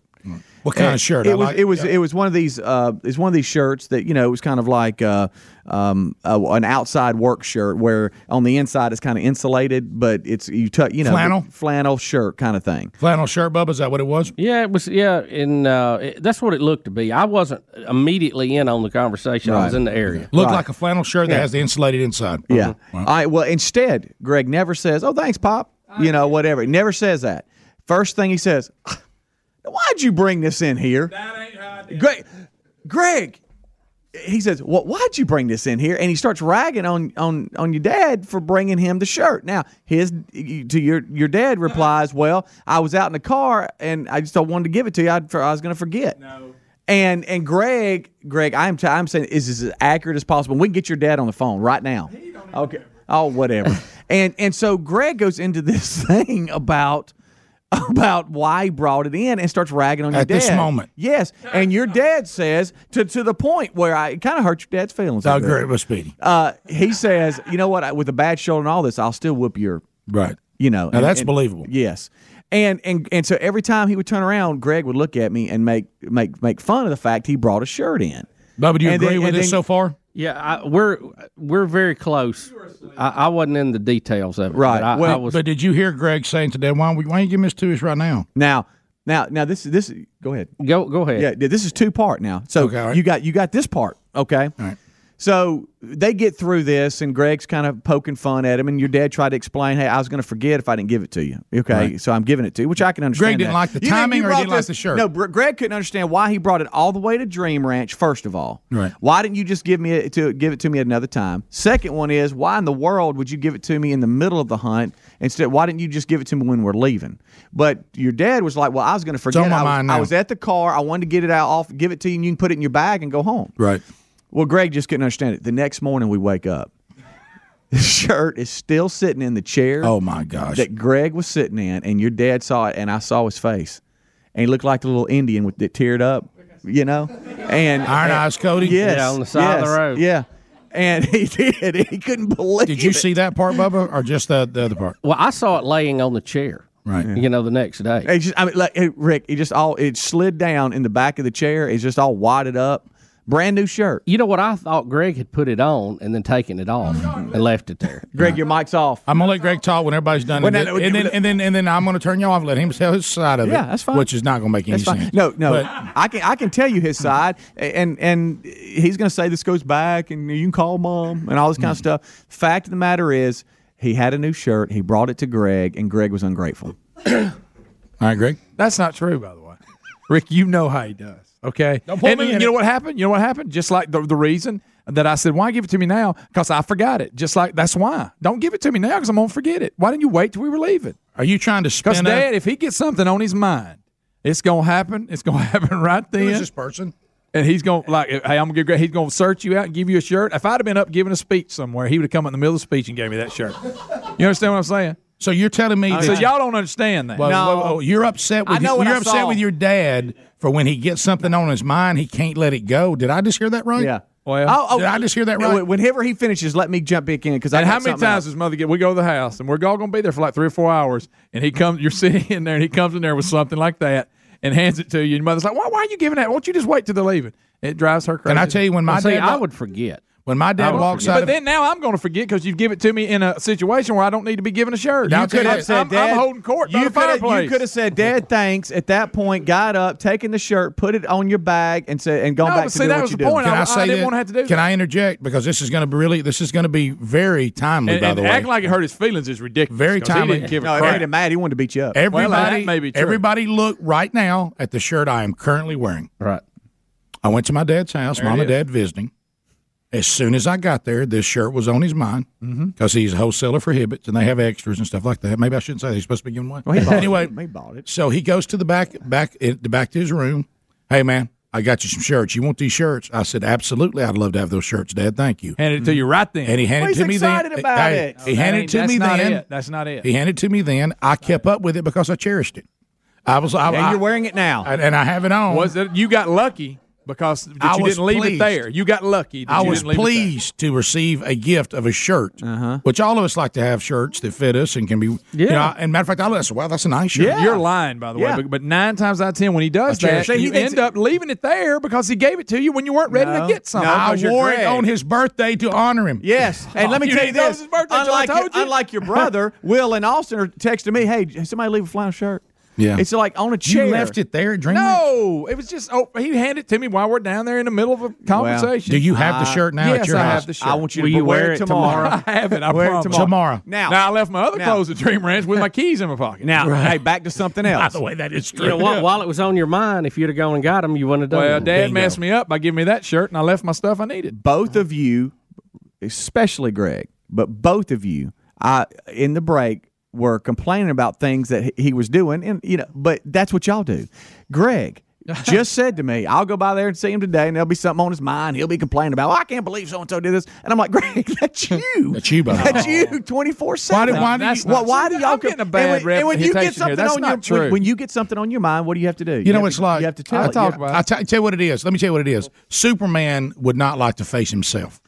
S3: What kind
S4: And
S3: of shirt?
S4: It
S3: I
S4: was
S3: like-
S4: it was it was one of these uh, it's one of these shirts that you know it was kind of like uh, um, uh, an outside work shirt where on the inside it's kind of insulated, but it's you tuck you know
S3: Flannel?
S4: flannel shirt kind of thing.
S3: flannel shirt, Bubba. Is that what it was?
S5: Yeah, it was. Yeah, and uh, it, that's what it looked to be. I wasn't immediately in on the conversation. I was
S4: Right.
S5: in the area.
S3: Looked
S4: Right.
S3: like a flannel shirt
S4: Yeah.
S3: that has the insulated inside.
S4: Yeah. All right. Well, instead, Greg never says, "Oh, thanks, Pop." You know, whatever. He never says that. First thing he says, "Why'd you bring this in here?" That ain't how I did. Greg, Greg. He says, "Well, why'd you bring this in here?" And he starts ragging on on on your dad for bringing him the shirt. Now, his to your your dad replies, "Well, I was out in the car and I just don't wanted to give it to you. I, I was going to forget." No. And and Greg, Greg, I'm t- I'm saying is this as accurate as possible. We can get your dad on the phone right now. Okay. Oh, whatever. and and so Greg goes into this <laughs> thing about about why he brought it in and starts ragging on
S3: At
S4: your dad
S3: this moment.
S4: Yes, and your dad says to to the point where I it kind of hurt your dad's feelings.
S3: I
S4: a bit.
S3: agree with Speedy.
S4: Uh, he says, you know what? I, with a bad shoulder and all this, I'll still whoop your
S3: Right.
S4: You know,
S3: Now
S4: and-
S3: that's
S4: and-
S3: believable.
S4: Yes. And, and and so every time he would turn around, Greg would look at me and make make make fun of the fact he brought a shirt in.
S3: Bubba, do you
S4: And
S3: agree
S4: then-
S3: with
S4: and
S3: this
S4: then-
S3: so far?
S5: Yeah, I, we're we're very close. I, I wasn't in the details of it.
S4: Right.
S5: But I,
S4: Well,
S5: I was.
S3: But did you hear Greg saying today, why, don't we- why don't you give us two is right now?
S4: Now, now, now this this go ahead.
S5: Go go ahead.
S4: Yeah, th- this is two part now. So you got you got this part. Okay. So they get through this, and Greg's kind of poking fun at him, and your dad tried to explain, "Hey, I was going to forget if I didn't give it to you." Okay,
S3: Right.
S4: so I'm giving it to you, which I can understand.
S3: didn't
S4: that.
S3: like the
S4: You didn't-
S3: timing or he
S4: brought
S3: didn't like
S4: this-
S3: the shirt?
S4: No, Br- Greg couldn't understand why he brought it all the way to Dream Ranch. First of all,
S3: Right.
S4: Why didn't you just give me it to give it to me at another time? Second one is why in the world would you give it to me in the middle of the hunt instead? Why didn't you just give it to me when we're leaving? But your dad was like, "Well, I was going to forget.
S3: on my
S4: I, was,
S3: mind
S4: I
S3: now.
S4: was at the car. I wanted to get it out off, give it to you, and you can put it in your bag and go home."
S3: Right.
S4: Well, Greg just couldn't understand it. The next morning we wake up. <laughs> The shirt is still sitting in the chair.
S3: Oh, my gosh.
S4: That Greg was sitting in, and your dad saw it, and I saw his face, and he looked like the little Indian with that teared up, you know, and
S3: <laughs> Iron Eyes Cody?
S4: Yes,
S3: Yeah, on the side of the
S4: yes,
S3: road.
S4: Yeah, <laughs> and he did. He couldn't believe.
S3: Did you
S4: it.
S3: see that part, Bubba, or just the, the other part?
S5: Well, I saw it laying on the chair.
S3: Right.
S5: You know, the next day.
S4: It's just, I mean, like, hey, Rick, it just all it slid down in the back of the chair. It's just all wadded up. Brand new shirt.
S5: You know what? I thought Greg had put it on and then taken it off and left it
S3: <laughs>
S5: there.
S4: Greg, your mic's off.
S3: I'm gonna let Greg talk when everybody's done,
S5: Well,
S3: and,
S5: no,
S3: then,
S5: no,
S3: and, then, and then and then I'm gonna turn you off. and Let him tell his side of it.
S4: Yeah, that's fine.
S3: Which is not gonna make any
S4: That's fine.
S3: sense.
S4: No, no,
S3: But-
S4: I can I can tell you his side, a- and and he's going to say this goes back, and you can call mom and all this kind
S3: Mm.
S4: of stuff. Fact of the matter is, he had a new shirt, he brought it to Greg, and Greg was ungrateful. all
S3: right, Greg.
S6: That's not true, by the way. Rick, you know how he does. Okay.
S3: Don't pull
S6: and
S3: me in
S6: you know
S3: it.
S6: what happened? You know what happened? Just like the, the reason that I said, why give it to me now? Because I forgot it. Just like that's why. Don't give it to me now because I'm going to forget it. Why didn't you wait till we were leaving?
S3: Are you trying to
S6: Because
S3: spin
S6: dad,
S3: up?
S6: if he gets something on his mind, it's going to happen. It's going to <laughs> happen right then.
S3: Who is this person?
S6: And he's going to like, hey, I'm going to Greg. He's going to search you out and give you a shirt. If I'd have been up giving a speech somewhere, he would have come in the middle of the speech and gave me that shirt. You understand what I'm saying?
S3: So you're telling
S4: Uh,
S3: me
S6: so
S3: that-
S6: y'all don't understand that.
S3: Well, well, well, you're upset with
S6: I know
S3: your,
S6: what
S3: you're
S6: I
S3: upset
S6: saw.
S3: with your dad for when he gets something on his mind, he can't let it go. Did I just hear that right?
S4: Yeah. Oh,
S6: Well,
S3: did I just hear that
S4: no,
S3: right?
S4: Whenever he finishes, let me jump back in because I
S6: and
S4: got
S6: how many
S4: something
S6: times
S4: else.
S6: does mother get? We go to the house, and we're all going to be there for like three or four hours. And he comes, you're <laughs> sitting in there, and he comes in there with something like that, and hands it to you. And your mother's like, "Why? Why are you giving that? Won't you just wait till they're leaving?" It drives her crazy.
S3: Can I tell you when my
S6: Well, see,
S3: dad?
S6: I
S3: wa-
S6: would
S5: forget
S3: when my dad walks out.
S6: But
S3: of-
S6: then now I'm going to forget because you give it to me in a situation where I don't need to be given a shirt.
S4: You
S6: I'll tell
S4: could
S6: that.
S4: have said,
S6: I'm,
S4: "Dad,
S6: I'm holding court by
S4: You
S6: the
S4: coulda-
S6: fireplace.
S4: You could have said, "Dad, thanks." At that point, got up, taken the shirt, put it on your bag, and said, "And gone
S6: No,
S4: back
S6: but
S4: to
S6: see,
S4: do
S6: that
S4: what
S6: was
S4: you
S6: the
S4: do."
S6: point.
S3: Can I, say
S6: didn't
S3: that-
S6: wanna have to do
S3: Can
S6: that.
S3: I interject because this is going to be really this is going to be very timely
S6: and,
S3: by
S6: and
S3: the way.
S6: acting like it hurt his feelings is ridiculous.
S3: Very
S6: 'cause he
S3: timely.
S6: didn't give a
S3: No, it
S6: crap.
S3: made him
S4: mad. He wanted to beat you up.
S3: Everybody,
S6: that may be true.
S3: everybody, look right now at the shirt I am currently wearing.
S5: Right.
S3: I went to my dad's house,
S6: There
S3: mom
S6: it
S3: and
S6: is.
S3: dad visiting. As soon as I got there, this shirt was on his mind
S6: Mhm.
S3: because he's a wholesaler for Hibbets and they have extras and stuff like that. Maybe I shouldn't say that. he's supposed to be giving away.
S4: Well, he bought
S3: <laughs> anyway,
S4: it. he bought it.
S3: so he goes to the back, back, in, the back to his room. Hey man, I got you some shirts. You want these shirts? I said absolutely. I'd love to have those shirts, Dad. Thank you.
S6: Handed it to you right then.
S3: And he handed
S6: Well,
S3: it to
S6: he's
S3: me then.
S6: excited about
S3: Hey,
S6: it.
S3: He
S6: No, that
S3: handed it
S6: ain't-
S3: to
S6: that's
S3: me
S6: not
S3: then.
S6: it. That's not it.
S3: He handed it to me then. I kept up with it because I cherished it. I was. I,
S6: And
S3: I-
S6: you're
S4: wearing it now.
S3: and, and I have it on.
S6: Was it, you got lucky because that
S3: I
S6: you
S3: was
S6: didn't leave it
S3: pleased.
S6: there. You got lucky. that
S3: I
S6: you
S3: was
S6: didn't leave it there.
S3: pleased to receive a gift of a shirt,
S4: Uh-huh.
S3: which all of us like to have shirts that fit us and can be. You know, and matter of fact, I was wow, that's a nice shirt.
S6: You're lying, by the way. But, but nine times out of ten, when he does
S3: I
S6: that,
S3: cherish it.
S6: you
S3: He thinks-
S6: end up leaving it there because he gave it to you when you weren't ready to
S3: No,
S6: get something.
S3: no, 'cause I you're wore it Greg. on his Oh, birthday to honor him.
S4: Yes, and let me
S6: You
S4: tell you
S6: didn't know it was
S4: this:
S6: his birthday until I
S4: unlike,
S6: told you.
S4: unlike your
S6: <laughs>
S4: brother, Will and Austin are texting me, "Hey, did somebody leave a flannel shirt."
S3: Yeah.
S4: it's like on a chair.
S3: left it there at Dream
S6: No, it was just oh he handed it to me while we're down there in the middle of a conversation.
S3: Do you have the shirt now at
S6: yes,
S3: your
S6: I
S3: house?
S6: Have the shirt.
S4: I want you to Will you wear wear it it tomorrow? tomorrow?
S6: <laughs> I have it. I
S4: Wear it
S6: promise.
S4: tomorrow. Tomorrow. Now-
S6: Now, now I left my other
S4: Now-
S6: clothes at Dream
S4: <laughs>
S6: Ranch with my keys in my pocket.
S4: Now, hey, back to something else.
S3: By the way, that is true.
S5: You know what? While it was on your mind, if you'd have gone and got them, you wouldn't have done
S6: <laughs> Well,
S5: it.
S6: Dad messed me up by giving me that shirt, and I left my stuff I needed.
S4: both of you, especially Greg, but both of you, I in the break were complaining about things that he- he was doing, and you know, but that's what y'all do.
S6: <laughs>
S4: Greg just said to me, "I'll go by there and see him today, and there'll be something on his mind. He'll be complaining about, oh, I can't believe so and so did this," and I'm like, "Greg, <laughs> that's you.
S3: <laughs> That's you, buddy.
S4: That's you, twenty four
S3: Why do-
S4: seven.
S3: why do you-
S4: Why do y'all
S6: I'm getting a bad
S4: and when, and when you
S6: reputation here.
S4: get something
S6: That's
S4: on
S6: not
S4: your
S6: true.
S4: When, when you get something on your mind, what do you have to do?
S3: You, know
S4: have
S3: what it's
S4: to-
S3: like?
S4: you have to tell.
S3: I
S4: it.
S3: talk
S4: You-
S3: about. I tell- tell you what it is. Let me tell you what it is. Superman would not like to face himself,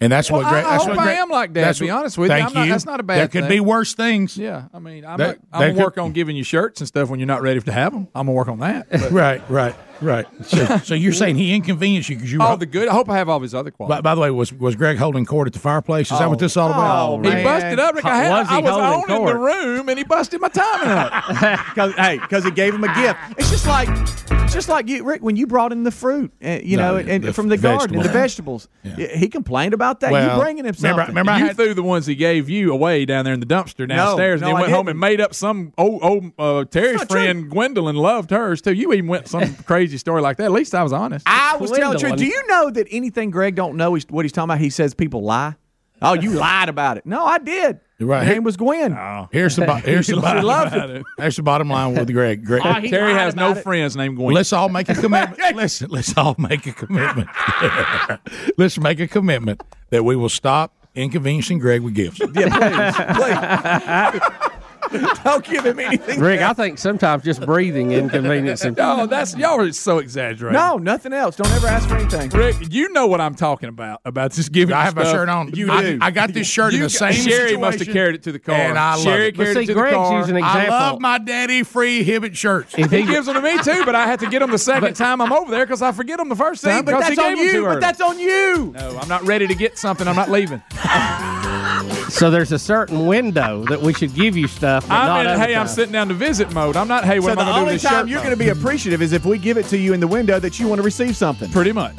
S3: and that's
S6: Well,
S3: what. Greg,
S6: I- I
S3: that's
S6: hope
S3: what
S6: I
S3: Greg-
S6: am like that,
S3: that's
S6: to be
S3: what-
S6: honest with you.
S3: thank
S6: I'm not- that's not a bad
S3: There could
S6: thing.
S3: be worse things.
S6: Yeah, I mean, I'm,
S3: That-
S6: I'm gonna
S3: that
S6: work
S3: could-
S6: on giving you shirts and stuff when you're not ready to have them. I'm gonna work on that. But
S3: <laughs> Right, right, right. So,
S6: <laughs>
S3: so you're saying he inconvenienced you because you were.
S6: all the good. I hope I have all his other qualities.
S3: by, by the way, was was Greg holding court at the fireplace? Is that what this is all about?
S4: Oh,
S6: he busted up. Rick. I, had,
S3: Was he
S6: I Oh, was
S3: holding
S6: on in the <laughs>
S3: court?
S6: room, and he busted my timing up.
S4: <laughs> Cause, hey, because it gave him a gift. It's just like, it's just like you, Rick, when you brought in the fruit, uh, you
S6: No,
S4: know,
S6: yeah,
S4: and,
S6: the
S4: from the garden and the
S6: vegetables.
S4: vegetables. Y- He complained about that.
S6: Well,
S4: you bringing him something.
S6: Remember, remember you threw the ones he gave you away down there in the dumpster downstairs,
S4: no,
S6: and
S4: I
S6: then went home
S4: didn't.
S6: and made up some old, old uh, Terry's friend Gwendolyn loved hers too. You even
S4: <laughs>
S6: went some crazy story like that. At least I was honest.
S4: I was telling the truth. Do you know that anything Greg don't know is what he's talking about? He says people lie. Oh,
S6: <laughs>
S4: you lied about it. No, I did.
S3: Right.
S4: Her name was Gwen.
S6: Oh.
S3: Here's the bo-
S6: <laughs>
S3: here's the
S4: She
S3: bottom
S4: loved
S3: line. Here's the bottom line with Greg. Greg
S6: Oh, he Terry lied has no about it. friends named Gwen.
S3: Let's all make a
S6: <laughs>
S3: commitment. Listen, let's all make a commitment. <laughs> let's make a commitment that we will stop inconveniencing Greg with gifts.
S5: <laughs>
S4: Yeah, please, please. <laughs> Don't give him anything.
S15: Rick, I think sometimes just breathing inconveniences. him.
S6: No, that's y'all are so exaggerating.
S4: No, nothing else. Don't ever ask for anything.
S6: Rick, you know what I'm talking about about this giving.
S3: I have my
S6: stuff.
S3: shirt on.
S6: You
S3: I-
S6: do.
S3: I got this shirt in
S6: You
S3: the
S6: got-
S3: same
S6: Sherry must have
S3: situation,
S6: carried it to the car.
S3: and I love
S6: Sherry
S3: it. But
S6: carried
S3: see,
S6: it to
S3: Greg's
S6: the car.
S3: using an I love example. my daddy free Hibbert shirts.
S6: He gives them to me too, but I had to get them the second time I'm over there because I forget them the first
S4: See,
S6: time.
S4: but
S6: 'cause
S4: that's
S6: he gave
S4: on
S6: them
S4: you.
S6: too
S4: But
S6: early.
S4: that's on you.
S6: No, I'm not ready to get something. I'm not leaving.
S15: So there's a certain window that we should give you stuff. But
S6: I'm
S15: not
S6: in,
S15: other
S6: hey, I'm
S15: times.
S6: sitting down to visit mode. <laughs> I'm not, hey, what
S4: so
S6: am I
S4: the
S6: going to do with
S4: only
S6: this
S4: time
S6: shirt
S4: you're
S6: mode?
S4: going to be appreciative is if we give it to you in the window that you want to receive something.
S6: Pretty much.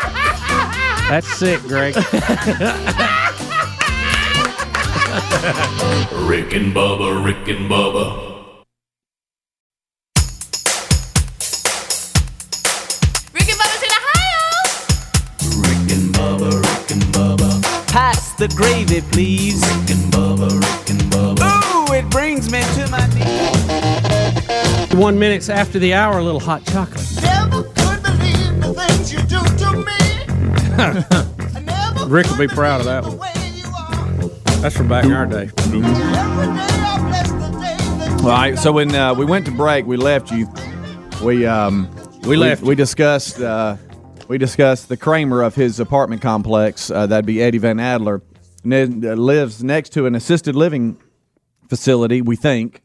S15: That's sick,
S13: <laughs>
S15: Greg.
S8: Rick and Bubba, Rick and <laughs> Bubba,
S16: Rick and Bubba's in Ohio.
S17: Pass the gravy, please. Rick and Bubba, Rick and Bubba. Ooh, it brings me to my knees.
S15: One minutes after the hour, a little hot chocolate.
S17: Never could believe the things you do to me.
S2: Rick will be proud of that one.
S4: That's from back in our day. All right. So when uh, we went to break, we left you. We um
S15: We left
S4: We, discussed uh, we discussed the Kramer of his apartment complex. Uh, that'd be Eddie Van Adler. Ne- uh, lives next to an assisted living facility. We think.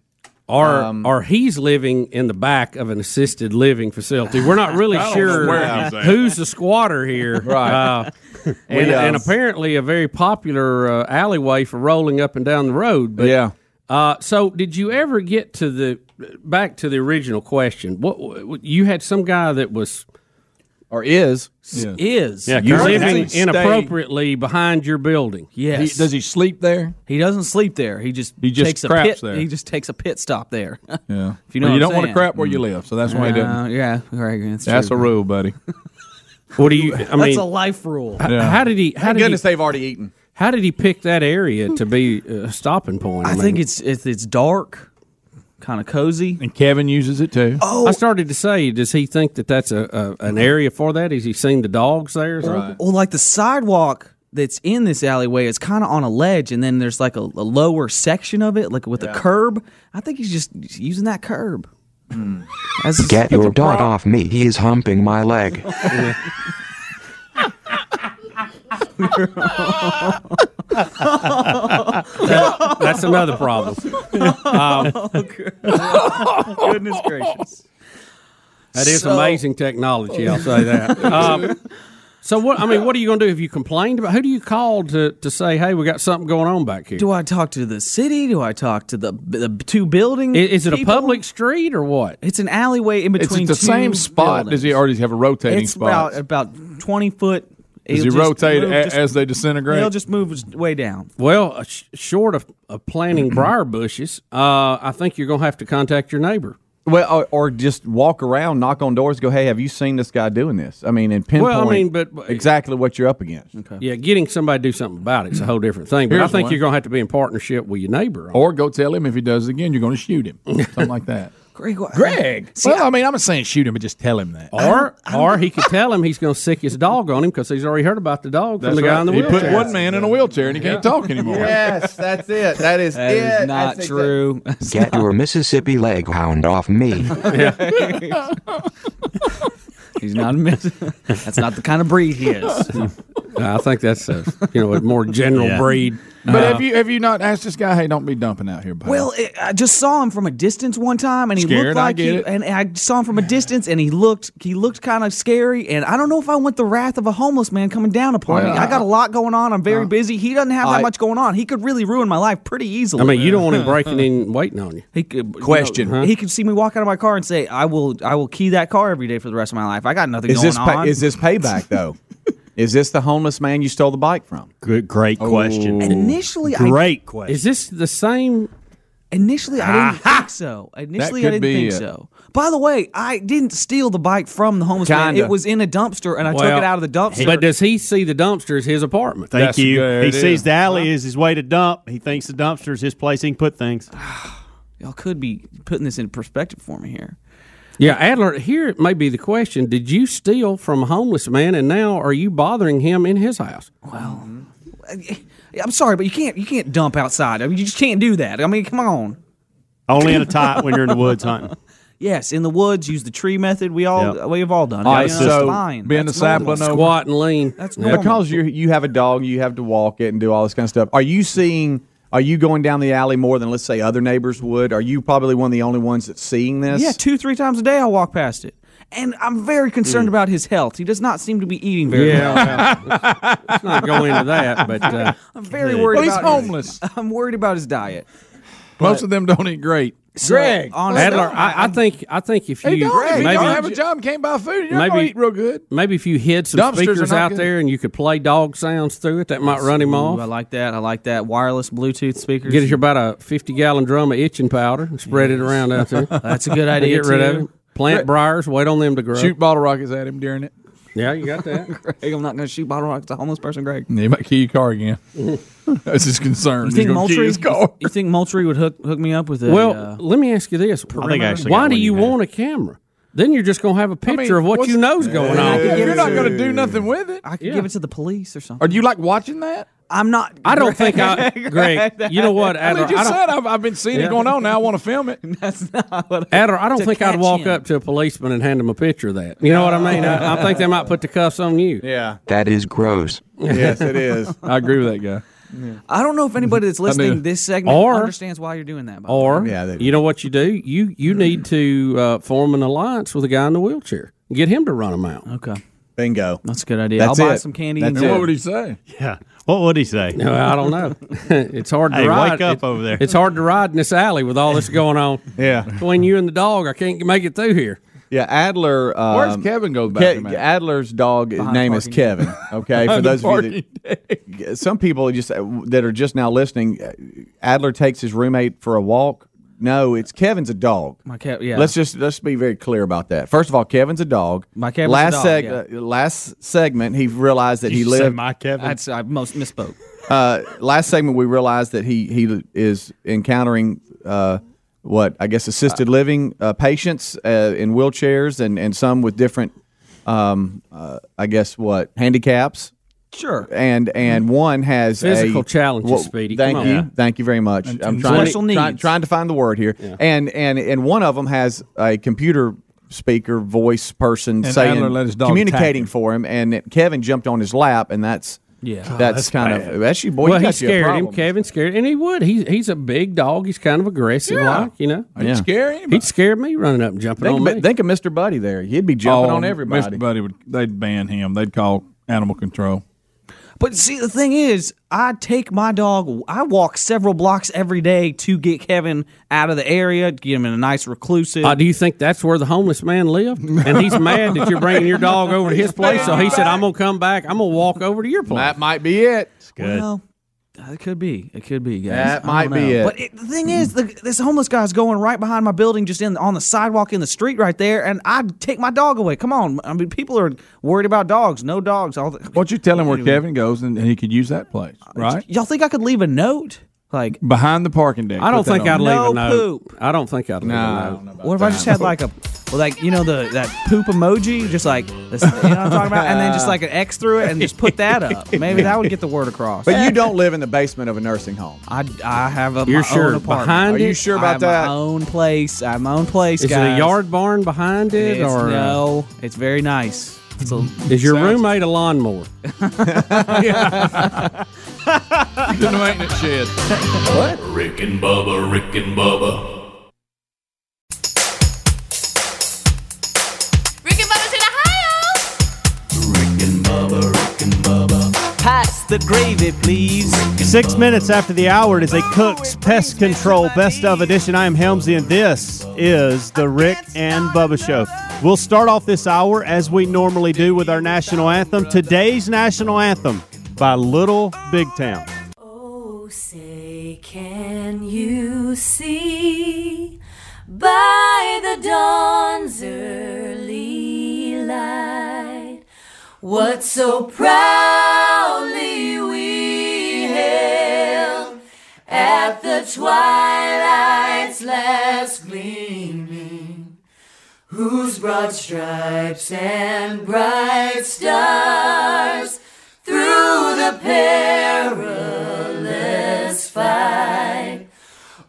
S13: Or,
S4: Um,
S13: or he's living in the back of an assisted living facility. We're
S9: <laughs>
S13: not really
S15: I don't know
S13: sure
S15: where he's at.
S13: who's the squatter here.
S15: Right.
S13: Uh,
S15: We,
S13: and,
S15: uh,
S13: and apparently a very popular uh, alleyway for rolling up and down the road. But, yeah. Uh, so did you ever get to the back to the original question? What, what you had some guy that was
S4: or is
S6: Yeah.
S13: is
S6: Yeah,
S13: you're
S6: currently
S13: living
S6: stay-
S13: inappropriately behind your building?
S6: Yes. He- does
S4: he sleep there?
S9: He doesn't sleep there. He just
S6: He just
S9: takes a
S6: craps
S9: pit,
S6: there.
S9: He just takes a pit stop there. <laughs>
S6: Yeah.
S9: if you know,
S6: Well, you
S9: what I'm
S6: don't wanna
S9: saying. Mm.
S6: crap where you live, so that's why he
S9: Uh,
S6: doesn't.
S9: yeah, right. That's,
S6: That's
S9: true.
S6: a rule, buddy.
S13: <laughs> What do you? I mean,
S9: that's a life rule.
S13: h- How did he? How
S4: Thank
S13: did
S4: goodness
S13: he,
S4: they've already eaten.
S13: How did he pick that area to be a stopping point?
S9: I think it's it's, it's dark, kind of cozy, Oh.
S6: and Kevin uses it too.
S13: I started to say, does he think that that's a, a an area for that? Has he seen the dogs there? Or something?
S9: Well, like the sidewalk that's in this alleyway is kind of on a ledge, and then there's like a, a lower section of it, like with a curb. I think he's just using that curb.
S3: Hmm. <laughs>
S9: <laughs>
S12: Get your dog
S9: prop.
S12: off me. He is humping my leg. <laughs>
S13: That- that's another problem. Um,
S9: <laughs> Goodness gracious.
S13: that is
S9: So-
S13: amazing technology. I'll
S6: <laughs>
S13: say that. Um, so what? I mean, what are you going to do? Have you complained about? Who do you call to to say, hey, we got something going on back here?
S9: Do I talk to the city? Do I talk to the the two buildings?
S13: Is, it a public street or what?
S9: It's an alleyway in
S6: It's
S9: between.
S6: at the
S9: two
S6: same spot.
S9: buildings.
S6: Does he already have a rotating
S9: It's
S6: spot?
S9: about about twenty foot.
S6: Does
S9: He'll
S6: he
S9: just
S6: rotate
S9: move
S6: a-
S9: just-
S6: as they disintegrate?
S9: He'll just move his way down.
S13: Well, uh, sh- short of, of planting <clears throat> briar bushes, uh, I think you're going to have to contact your neighbor.
S4: Well, or, or just walk around, knock on doors, go, hey, have you seen this guy doing this? I mean, and pinpoint
S13: Well, I mean, but
S4: exactly what you're up against.
S13: Yeah, getting somebody to do something about it's a whole different thing. But I
S6: Here's
S13: think
S6: one.
S13: you're going to have to be in partnership with your neighbor.
S6: Or go tell him if he does it again, you're going to shoot
S13: <laughs>
S6: him. Something like that.
S9: Greg, what-
S6: Greg. well, I, mean, I'm not saying shoot him, but just tell him that.
S13: Or, or he could tell him he's going to sick his dog on him because he's already heard about the dog
S6: That's
S13: from the guy
S6: right.
S13: in the
S6: He
S13: wheelchair.
S6: put one man in a wheelchair and he can't talk anymore.
S4: Yes, that's it. That is
S9: That
S4: it.
S9: is not
S4: That's exa-
S9: true.
S12: Get your Mississippi leg hound off me.
S9: <laughs> He's not a miss. <laughs> That's not the kind of breed he is.
S13: <laughs> I think that's a you know a more general
S9: Yeah.
S13: breed.
S6: But
S13: Uh,
S6: have you have you not asked this guy? Hey, don't be dumping out here. Pal.
S9: Well, it, I just saw him from a distance one time, and he
S6: Scared,
S9: looked
S6: I
S9: like
S6: get
S9: he,
S6: it.
S9: and I saw him from a distance, and he looked he looked kind of scary, and I don't know if I want the wrath of a homeless man coming down upon me.
S13: Well,
S9: I got a lot going on. I'm
S6: uh,
S9: very busy. He doesn't have that
S13: I-
S9: much going on. He could really ruin my life pretty easily.
S13: I mean, you
S9: <laughs>
S13: don't want him breaking in and waiting on you.
S9: He could
S13: Question.
S9: He could see me walk out of my car and say, "I will, I will key that car every day for the rest of my life. I got nothing
S4: Is
S9: going
S4: this, pay,
S9: on."
S4: is this payback, though? is this the homeless man you stole the bike from? Oh.
S13: Good, great
S9: question. And initially, I- Great question.
S13: Is this the same?
S9: Initially, I didn't think so. Initially, I
S13: could
S9: didn't
S13: be
S9: think
S13: it.
S9: so. By the way, I didn't steal the bike from the homeless man.
S13: Kinda.
S9: It was in a dumpster, and I took
S13: Well,
S9: it out of the dumpster.
S13: But does he see the dumpster as his apartment?
S2: Thank you. He sees the alley is his way to dump. He thinks the dumpster is his place he can put things.
S9: Y'all could be putting this in perspective for me here.
S13: Yeah, Adler, here it may be the question. Did you steal from a homeless man and now are you bothering him in his house?
S9: Well, I'm sorry, but you can't you can't dump outside. I mean, you just can't do that. I mean, come on.
S2: Only in a tie when you're in the woods hunting.
S9: <laughs> Yes, in the woods, use the tree method. We all
S2: Yep.
S9: we've all done. it.
S2: All right,
S9: That's
S2: so
S9: fine.
S6: being
S9: That's
S6: the
S9: normal.
S6: sapling over- Squat and
S13: lean.
S9: That's normal.
S4: because you you have a dog, you have to walk it and do all this kind of stuff. Are you seeing? Are you going down the alley more than let's say other neighbors would? Are you probably one of the only ones that's seeing this?
S9: Yeah, two three times a day I walk past it, and I'm very concerned about his health. He does not seem to be eating very
S13: Hmm. Yeah,
S9: <laughs> well.
S13: Let's not go into that, but uh,
S9: <laughs> I'm very worried.
S6: Well, he's
S9: about
S6: homeless.
S9: His, <laughs> I'm worried about his diet.
S6: Most of them don't eat great.
S9: So, Greg. honestly-
S13: Adler, I, I think I think if you
S6: Hey, dog, if you
S13: maybe
S6: don't have a job, can't buy food. You're not
S13: maybe-
S6: gonna eat real good.
S13: maybe if you hid some
S6: Dumpsters are
S13: speakers
S6: not
S13: out
S6: good.
S13: there and you could play dog sounds through it, that might run him
S9: Ooh,
S13: off.
S9: I like that. I like that. Wireless Bluetooth speakers.
S13: Get us about a fifty gallon drum of itching powder and spread it around out
S9: <laughs>
S13: there.
S9: That's a good idea,
S13: <laughs> Get rid
S9: too.
S13: of it. Plant briars. Wait on them to grow.
S6: Shoot bottle rockets at him during it.
S13: Yeah, you got
S6: <laughs>
S13: that.
S9: Greg, I'm not going to shoot bottle rockets. A homeless person, Greg.
S6: He might kill your car again. <laughs> That's his concern.
S9: You
S6: He's
S9: think
S6: gonna kill
S9: Moultrie?
S6: his car.
S9: You, you think Moultrie
S6: <laughs>
S9: would hook hook me up with a?
S13: well,
S9: uh,
S13: let me ask you this:
S9: I actually
S13: Why
S9: got one
S13: do you
S9: you had.
S13: want a camera? Then you're just going to have a picture of what
S6: what's-
S13: you know's going on.
S6: Yeah, You're not going to do nothing with it.
S9: I could
S6: Yeah.
S9: give it to the police or something.
S6: Are you like watching that?
S9: I'm not.
S13: I don't think I, Greg. You know what,
S6: I
S13: Adler?
S6: mean, you
S13: I don't,
S6: said I've, I've been seeing
S13: Yeah.
S6: it going on. Now I want to film it.
S9: <laughs> That's not what.
S13: Adler, I don't
S6: to
S13: think I'd
S6: catch
S13: walk
S6: him.
S13: up to a policeman and hand him a picture of that. You know what I mean? I, I think they might put the cuffs on
S6: <laughs>
S13: you.
S4: Yeah.
S1: That is gross.
S4: Yes, it
S13: <laughs>
S4: is.
S6: I agree with that guy.
S9: I don't know if anybody that's listening to
S13: mean-
S9: this segment
S13: Or-
S9: understands why you're doing that. by the way.
S13: Or you know what you do? You you need to uh, form an alliance with a guy in the wheelchair. Get him to run him out.
S9: Okay.
S4: Bingo.
S9: That's a good idea. I'll buy some candy. and-
S6: say?
S2: Yeah. What would he say?
S13: No, I don't know. <laughs> it's hard to
S2: Hey,
S13: ride.
S2: wake up
S13: It-
S2: over there.
S13: It's hard to ride in this alley with all this going on.
S4: <laughs> Yeah.
S13: Between you and the dog, I can't make it through here.
S4: Yeah, Adler. Um,
S13: Where's Kevin go to the
S4: Ke-
S13: bathroom at?
S4: Adler's dog
S13: Behind
S4: name is
S13: parking
S4: Kevin.
S9: <laughs>
S4: Okay, for
S13: Behind the
S4: those of you that, some people just uh, that are just now listening, uh, Adler takes his roommate for a walk. No, it's Kevin's a dog.
S9: My cat. Yeah.
S4: Let's just let's be very clear about that. First of all, Kevin's a dog. My
S9: Kevin's a
S4: last
S9: dog,
S4: seg- uh, last segment, he realized that
S9: You
S4: he
S9: should say
S4: lived.
S9: my Kevin. That's- I most misspoke.
S4: Uh, last segment, we realized that he he is encountering uh, what I guess assisted living uh, patients uh, in wheelchairs and and some with different, um, uh, I guess what handicaps.
S9: Sure.
S4: And and one has a-
S13: Physical challenges,
S4: Well,
S13: Speedy. Come
S4: Thank
S13: on.
S4: you,
S13: Yeah.
S4: thank you very much.
S13: And-
S4: I'm
S13: and
S4: trying,
S13: special
S4: to, try-
S13: needs.
S4: trying to find the word here.
S13: Yeah.
S4: And and and one of them has a computer speaker voice person
S6: And
S4: saying
S6: Adler let his dog
S4: communicating
S6: attack him.
S4: for him, and Kevin jumped on his lap, and that's
S13: Yeah. God,
S4: that's,
S13: that's
S4: kind
S13: bad.
S4: of actually boy,
S13: well,
S4: you
S13: he
S4: got you a
S13: scared him.
S4: problem.
S13: Kevin scared, and he would. He's he's a big dog. He's kind of aggressive,
S4: Yeah.
S13: like you know.
S4: He'd Yeah. scare
S13: him. He'd scare me running up and jumping
S4: Think,
S13: on
S4: but
S13: me.
S4: think of Mr. Buddy there. He'd be jumping
S6: Oh,
S4: on everybody.
S6: Mr. Buddy would they'd ban him. They'd call animal control.
S9: But see, the thing is, I take my dog. I walk several blocks every day to get Kevin out of the area, get him in a nice reclusive.
S13: Uh, do you think that's where the homeless man lived? And he's mad that you're bringing your dog over to his place. So he said, "I'm gonna come back. I'm gonna walk over to your uh, place."
S4: That might be it.
S13: good.
S9: Well, it could be. It could be, guys.
S4: That
S9: I
S4: might
S9: don't
S4: be
S9: know.
S4: it.
S9: But it, the thing is, the, this homeless guy's going right behind my building, just in on the sidewalk in the street right there, and I'd take my dog away. Come on, I mean, people are worried about dogs. No dogs. All the,
S6: What you tell him where
S9: Anyway.
S6: Kevin goes, and, and he could use that place, right?
S9: Y'all think I could leave a note like
S6: behind the parking deck?
S13: I don't
S6: Put that
S13: think
S6: on
S13: I'd
S6: it.
S13: leave a note. I don't think I'd leave a note.
S9: What if I just had like a, well, like you know the that poop emoji, just like this, you know what I'm talking about, and then just like an X through it, and just put that up. Maybe that would get the word across.
S4: But you
S13: <laughs>
S4: don't live in the basement of a nursing home.
S9: I, I have a
S4: You're
S9: my
S4: sure
S9: own apartment.
S4: behind Are you it? sure
S9: I
S4: about
S9: have
S4: that?
S9: My own place. I have my own place.
S13: Is it a
S9: guys.
S13: yard barn behind it,
S9: It's-
S13: or, uh,
S9: no? It's very nice. It's a,
S13: Is your roommate a lawnmower?
S6: The maintenance shed.
S8: What? Rick and Bubba, Rick and Bubba.
S18: Rick and Bubba's in Ohio.
S17: Pass the gravy, please.
S2: Six minutes after the hour, it is a Cook's Pest Control Best of Edition. I am Helmsy, and this is the Rick and Bubba Show. We'll start off this hour as we normally do with our national anthem. Today's national anthem by Little Big Town.
S12: Oh, say, can you see by the dawn's early light what so proudly we hailed at the twilight's last gleaming? whose broad stripes and bright stars through the perilous fight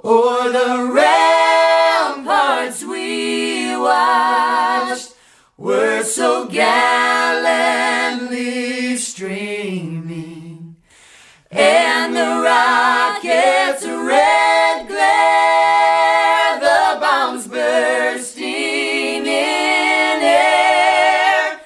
S12: o'er the ramparts we watched were so gallantly streaming and the rocket's red glare, the bombs bursting in air,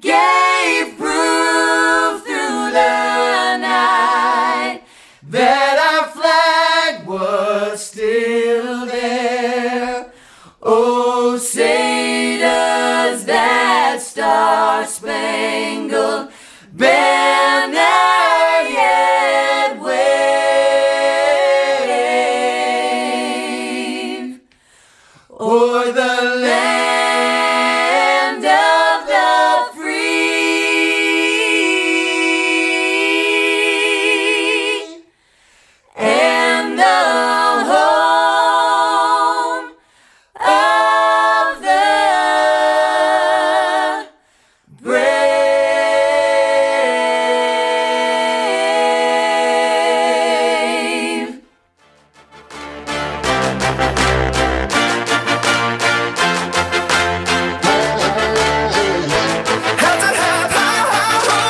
S12: gave proof through the night that our flag was still there. Oh, say does that star spangled banner yet wave o'er the land of the free and the home of the brave.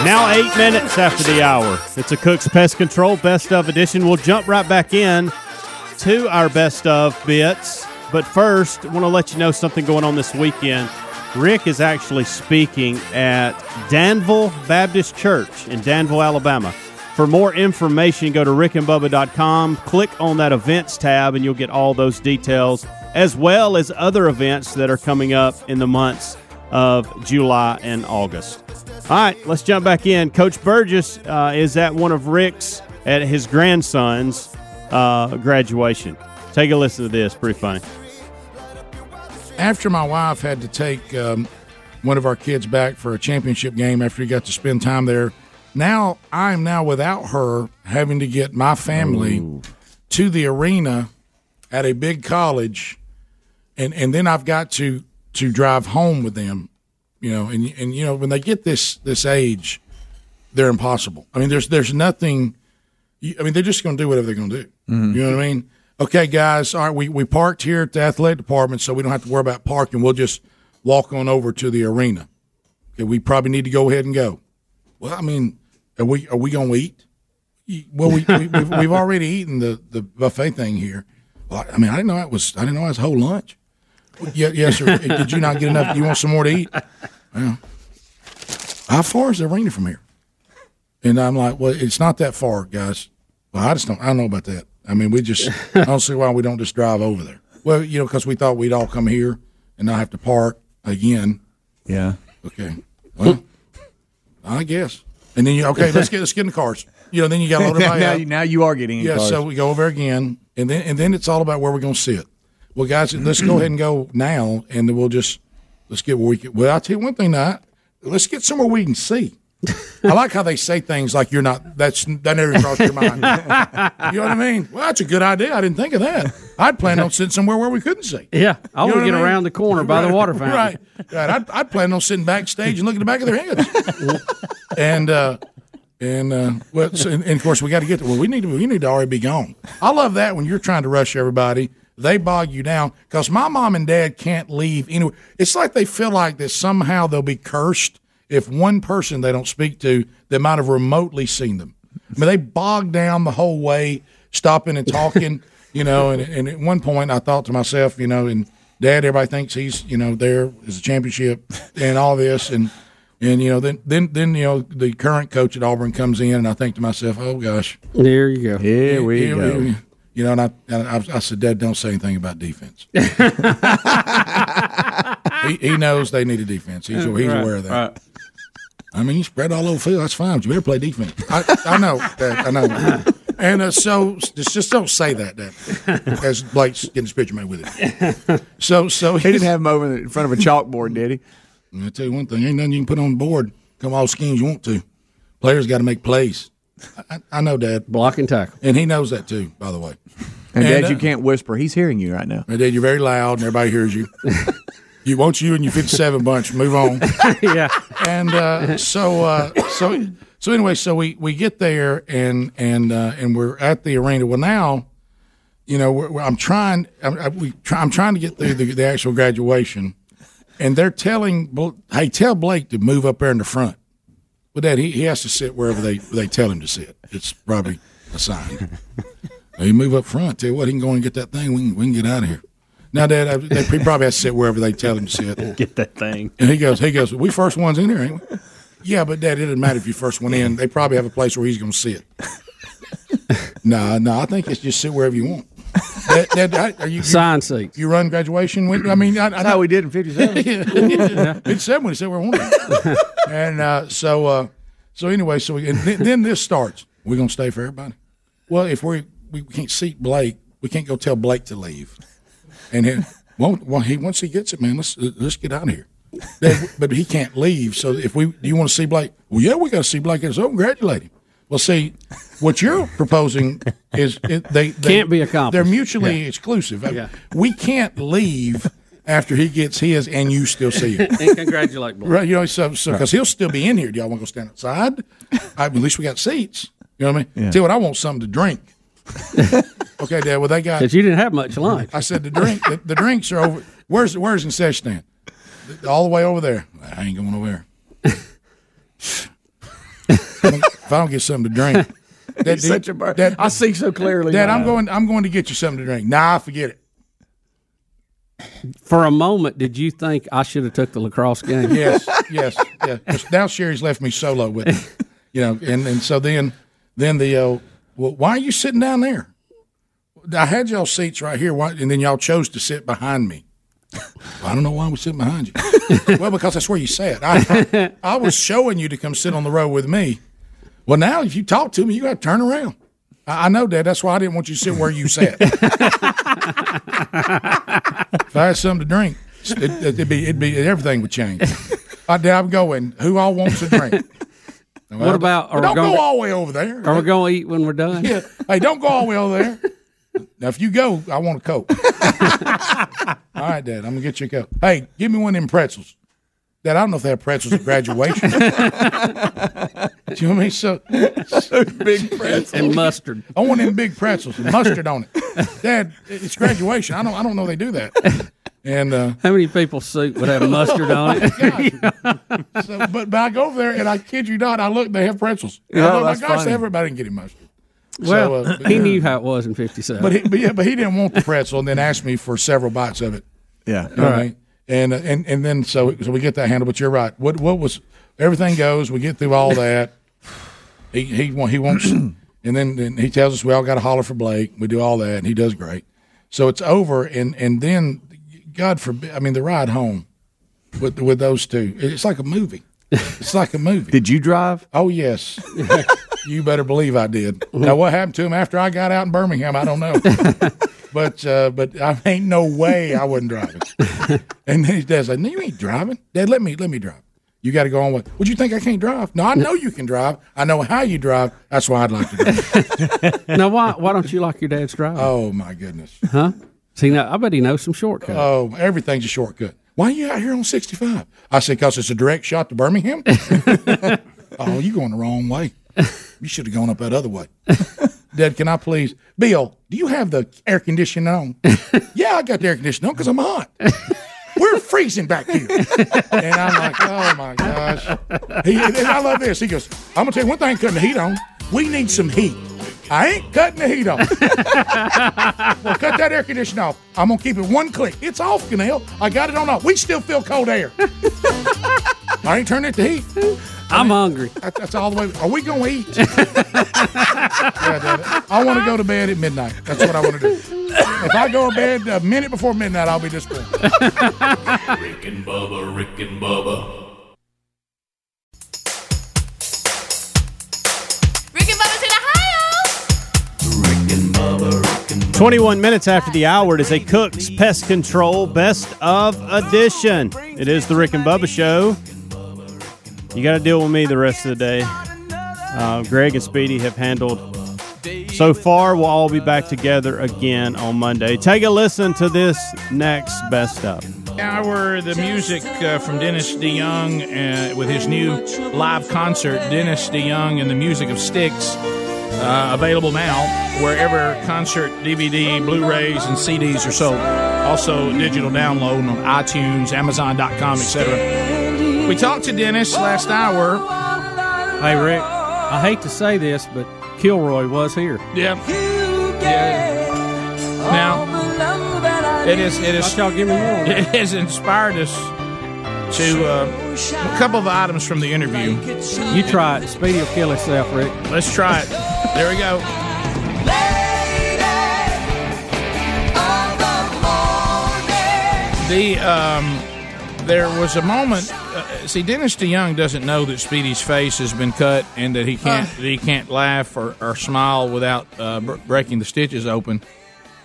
S2: Now, eight minutes after the hour, it's a Cook's Pest Control Best of Edition. We'll jump right back in to our Best of bits. But first, I want to let you know something going on this weekend. Rick is actually speaking at Danville Baptist Church in Danville, Alabama. For more information, go to rickandbubba.com, click on that events tab, and you'll get all those details, as well as other events that are coming up in the months of July and August. All right, let's jump back in. Coach Burgess uh, is at one of Rick's at his grandson's uh, graduation. Take a listen to this. Pretty funny.
S3: after my wife had to take um, one of our kids back for a championship game after he got to spend time there, now I am now without her having to get my family to the arena at a big college, and and then I've got to to drive home with them, you know, and and you know when they get this this age, they're impossible. I mean, there's there's nothing. you- I mean, they're just going to do whatever they're going to do.
S12: Mm-hmm.
S3: You know what I mean? Okay, guys. All right, we, we parked here at the athletic department, so we don't have to worry about parking. We'll just walk on over to the arena. Okay, we probably need to go ahead and go. Well, I mean, are we are we going to eat? You- Well, we, we
S6: <laughs>
S3: we've, we've already eaten the, the buffet thing here. Well, I mean, I didn't know that was I didn't know that was whole lunch. Yeah, yes, sir. Did you not get enough? Do you want some more to eat? Well, how far is the arena from here? And I'm like, well, it's not that far, guys. Well, I just don't. I don't know about that. I mean, we just. I don't see why we don't just drive over there. Well, you know, because we thought we'd all come here and not have to park again.
S4: Yeah.
S3: Okay. Well, I guess. And then you okay? Let's get let's get in the cars. You know,
S6: <laughs>
S3: then you got to load everybody
S4: now,
S3: up.
S4: you- now you are getting in
S3: Yeah,
S4: cars.
S3: so we go over again, and then and then it's all about where we're going to sit. Well, guys, let's go ahead and go now, and then we'll just let's get where we can. Well, I will tell you one thing, now let's get somewhere we can see. I like how they say things like you're not. That's that never crossed your
S13: <laughs>
S3: mind. you know what I mean? Well, that's a good idea. I didn't think of that. I'd planned on sitting somewhere where we couldn't see.
S13: Yeah, I
S3: You know what
S13: want to get
S3: I mean?
S13: around the corner by the
S3: Right,
S13: water fountain.
S3: Right, right. I'd, I'd plan on sitting backstage and looking at the back of their heads. and uh, and uh, well, so, and, and of course we got to get there. Well, we need to we need to already be gone. I love that when you're trying to rush everybody, they bog you down because my mom and dad can't leave anywhere. It's like they feel like that somehow they'll be cursed if one person they don't speak to that might have remotely seen them. I mean, they bog down the whole way, stopping and
S13: <laughs>
S3: talking. You know, and, and at one point I thought to myself, you know, and Dad, everybody thinks he's you know there is a championship and all this, and and you know then then then you know the current coach at Auburn comes in, and I think to myself, oh gosh,
S13: There you go.
S4: Here we go.
S3: you know, and I, and I I said, Dad, don't say anything about defense. he, he knows they need a defense. He's he's
S11: Right,
S3: aware of that. I mean, you spread all over the field. That's fine. But you better play defense. I, I know. That, I
S13: <laughs>
S3: know. And uh, so just, <laughs> just don't say that, Dad. As Blake's getting his picture made with it. So so
S4: He didn't have him over in front of a chalkboard, did he?
S3: I tell you one thing, ain't nothing you can put on the board. Come all schemes you want to. Players got to make plays. I, I know, Dad.
S13: Block and tackle,
S3: and he knows that too. By the way,
S4: And, Dad,
S3: uh,
S4: you can't whisper. He's hearing you right now. <laughs>
S3: Dad, you're very loud, and everybody hears you. You won't you and your fifty-seven bunch move on. yeah, and uh, so uh, so so anyway, so we we get there and and uh, and we're at the arena. Well, now, you know, we're, we're- I'm trying I'm, I, we try, I'm trying to get through the, the actual graduation, and they're telling Bl- hey tell Blake to move up there in the front. Well, Dad, he, he has to sit wherever they they tell him to sit. It's probably
S6: <laughs>
S3: a sign. He move up front. Tell you what, he can go and get that thing. We can, we can get out of here. Now, Dad, I, they, he probably has to sit wherever they tell him to
S6: <laughs>
S3: sit. Get that thing. And he goes, he goes, we first ones in here, ain't we? Yeah, but Dad, it doesn't matter if you first one in. They probably have a place where he's going to
S6: <laughs>
S3: sit. nah, nah, I think it's just sit wherever you want. Dad, Dad, I- are you, Sign seats. You run graduation? with- I mean, I, I
S6: That's how we did in 57.
S3: <laughs> yeah. It's seven when he said we're one. and uh, so, uh, so anyway, so we, and then, then this starts. We're gonna stay for everybody. Well, if we we can't seat Blake, we can't go tell Blake to leave. And then, well, well, he once he gets it, man, let's let's get out of here. They- but he can't leave. So if we, do you want to see Blake? Well, yeah, we got to see Blake. And so congratulate him. Well, see, what you're proposing is it, they, they
S13: Can't be accomplished.
S3: They're mutually
S13: Yeah.
S3: exclusive. I mean, We can't leave after he gets his, and you still see him.
S13: and congratulate Blake.
S3: Right, you know, so because
S13: Right.
S3: he'll still be in here. Do y'all want to go stand outside? I, at least we got seats. You know what I mean? Tell you what, I want something to drink. <laughs> okay, Dad. Well, they got.
S13: Because you didn't have much lunch.
S3: I said the drink. The, the drinks are over. Where's where's the concession stand? Th- All the way over there. I ain't going over there. if I don't get something to
S6: <laughs>
S3: drink,
S6: He's such a bird. I see so clearly
S3: Dad,
S6: now.
S3: I'm going. I'm going to get you something to drink. Nah, forget it.
S13: For a moment, did you think I should have took the lacrosse game?
S3: Yes, yes, yeah. 'Cause Now Sherry's left me solo with, it, you know, and and so then then the uh, well, why are you sitting down there? I had y'all seats right here, why, and then y'all chose to sit behind me. I don't know why we sitting behind you. well, because that's where you sat. I, I, I was showing you to come sit on the row with me. Well, now if you talk to me, you got to turn around. I, I know, Dad. That's why I didn't want you to sit where you sat. if I had something to drink, it, it'd be it'd be everything would change. I, Dad, I'm going. Who all
S13: <laughs>
S3: wants a drink?
S13: What
S3: Well,
S13: about- are we
S3: don't
S13: going
S3: go
S13: to-
S3: all the way over there?
S13: Are
S3: <laughs>
S13: we going to eat when we're done?
S3: Yeah. Hey, don't go all the way over there. Now, if you go, I want a
S13: <laughs>
S3: coke. all right, Dad, I'm gonna get you a coke. Hey, give me one of them pretzels. Dad, I don't know if they have pretzels at
S13: <laughs>
S3: graduation. Do you know what I mean? So, big pretzels
S13: <laughs> And mustard.
S3: I want them big pretzels and mustard on it. Dad, it's graduation. I don't. I don't know they do that. And uh,
S13: how many people's soup would have mustard on it? <laughs>
S3: So, but, but I go over there and I kid you not, I look. They have pretzels. And
S13: Oh,
S3: I go, my
S13: that's
S3: gosh,
S13: funny.
S3: everybody can get him mustard. <laughs>
S13: Well,
S3: So, uh, but-
S13: <laughs> he knew how it was in '57.
S3: But he, but yeah, but he didn't want the pretzel, and then asked me for several bites of it.
S4: Yeah.
S3: All right. And uh, and and then so so we get that handled. But you're right. What what was everything goes. We get through all that. He he wa- he wants, and then then he tells us we all got to holler for Blake. We do all that, and he does great. So it's over, and and then God forbid. I mean, the ride home with with those two, it's like a movie. It's like a movie.
S4: <laughs> Did you drive?
S3: Oh yes. <laughs> you better believe I did. Now what happened to him after I got out in Birmingham? I don't know. but uh, but I <laughs> ain't no way I wasn't
S13: <laughs>
S3: driving. and then his dad's like, "No, you ain't driving, Dad. Let me let me drive. You got to go on with. Would you think I can't drive? No, I know you can drive. I know how you drive. That's why I'd like to drive.
S13: <laughs> now, why why don't you like your dad's driving?
S3: Oh my goodness.
S13: Huh? See, now I bet he knows some shortcuts.
S3: Oh, everything's a shortcut. Why are you out here on sixty five? I said, "Cause it's a direct shot to
S13: <laughs>
S3: Birmingham." oh, you going the wrong way. You should have gone up that other way. <laughs> Dad, can I please? Bill, do you have the air conditioning on? <laughs> yeah, I got the air conditioning on because I'm hot. <laughs> We're freezing back here. And I'm like, oh my gosh. He, and I love this. He goes, I'm going to tell you one thing, cutting the heat on. We need some heat. I ain't cutting the heat on. <laughs> well, cut that air conditioning off. I'm going to keep it one click. It's off, Canal. I got it on off. We still feel cold
S13: <laughs>
S3: air. I ain't turning it to heat.
S13: I'm hungry.
S3: That's all the way. Are we going to eat? <laughs> Yeah, Dad, I want to go to bed at midnight. That's what I want to do. If I go to bed a minute before midnight, I'll be disappointed.
S13: <laughs>
S8: Rick and Bubba, Rick and Bubba.
S19: Rick and Bubba's in Ohio.
S2: 21 minutes after the hour, it is a Cook's Pest Control Best of Edition. It is the Rick and Bubba Show. You got to deal with me the rest of the day. Uh, Greg and Speedy have handled so far. We'll all be back together again on Monday. Take a listen to this next best of.
S3: Hour, the music uh, from Dennis DeYoung uh, with his new live concert, Dennis DeYoung and the Music of Sticks, uh, available now wherever concert DVD, Blu rays, and CDs are sold. Also, digital download on iTunes, Amazon.com, etc. We talked to Dennis last hour.
S13: Hey, Rick, I hate to say this, but Kilroy was here.
S3: Yeah. yeah. Now, It is. It is.
S13: Y'all give me more.
S3: <laughs> It has inspired us to uh, a couple of items from the interview.
S13: You try it. Speedy will kill herself, Rick.
S3: Let's try it. There we go. The um, there was a moment. Uh, see, Dennis DeYoung doesn't know that Speedy's face has been cut and that he can't that he can't laugh or, or smile without uh, br- breaking the stitches open.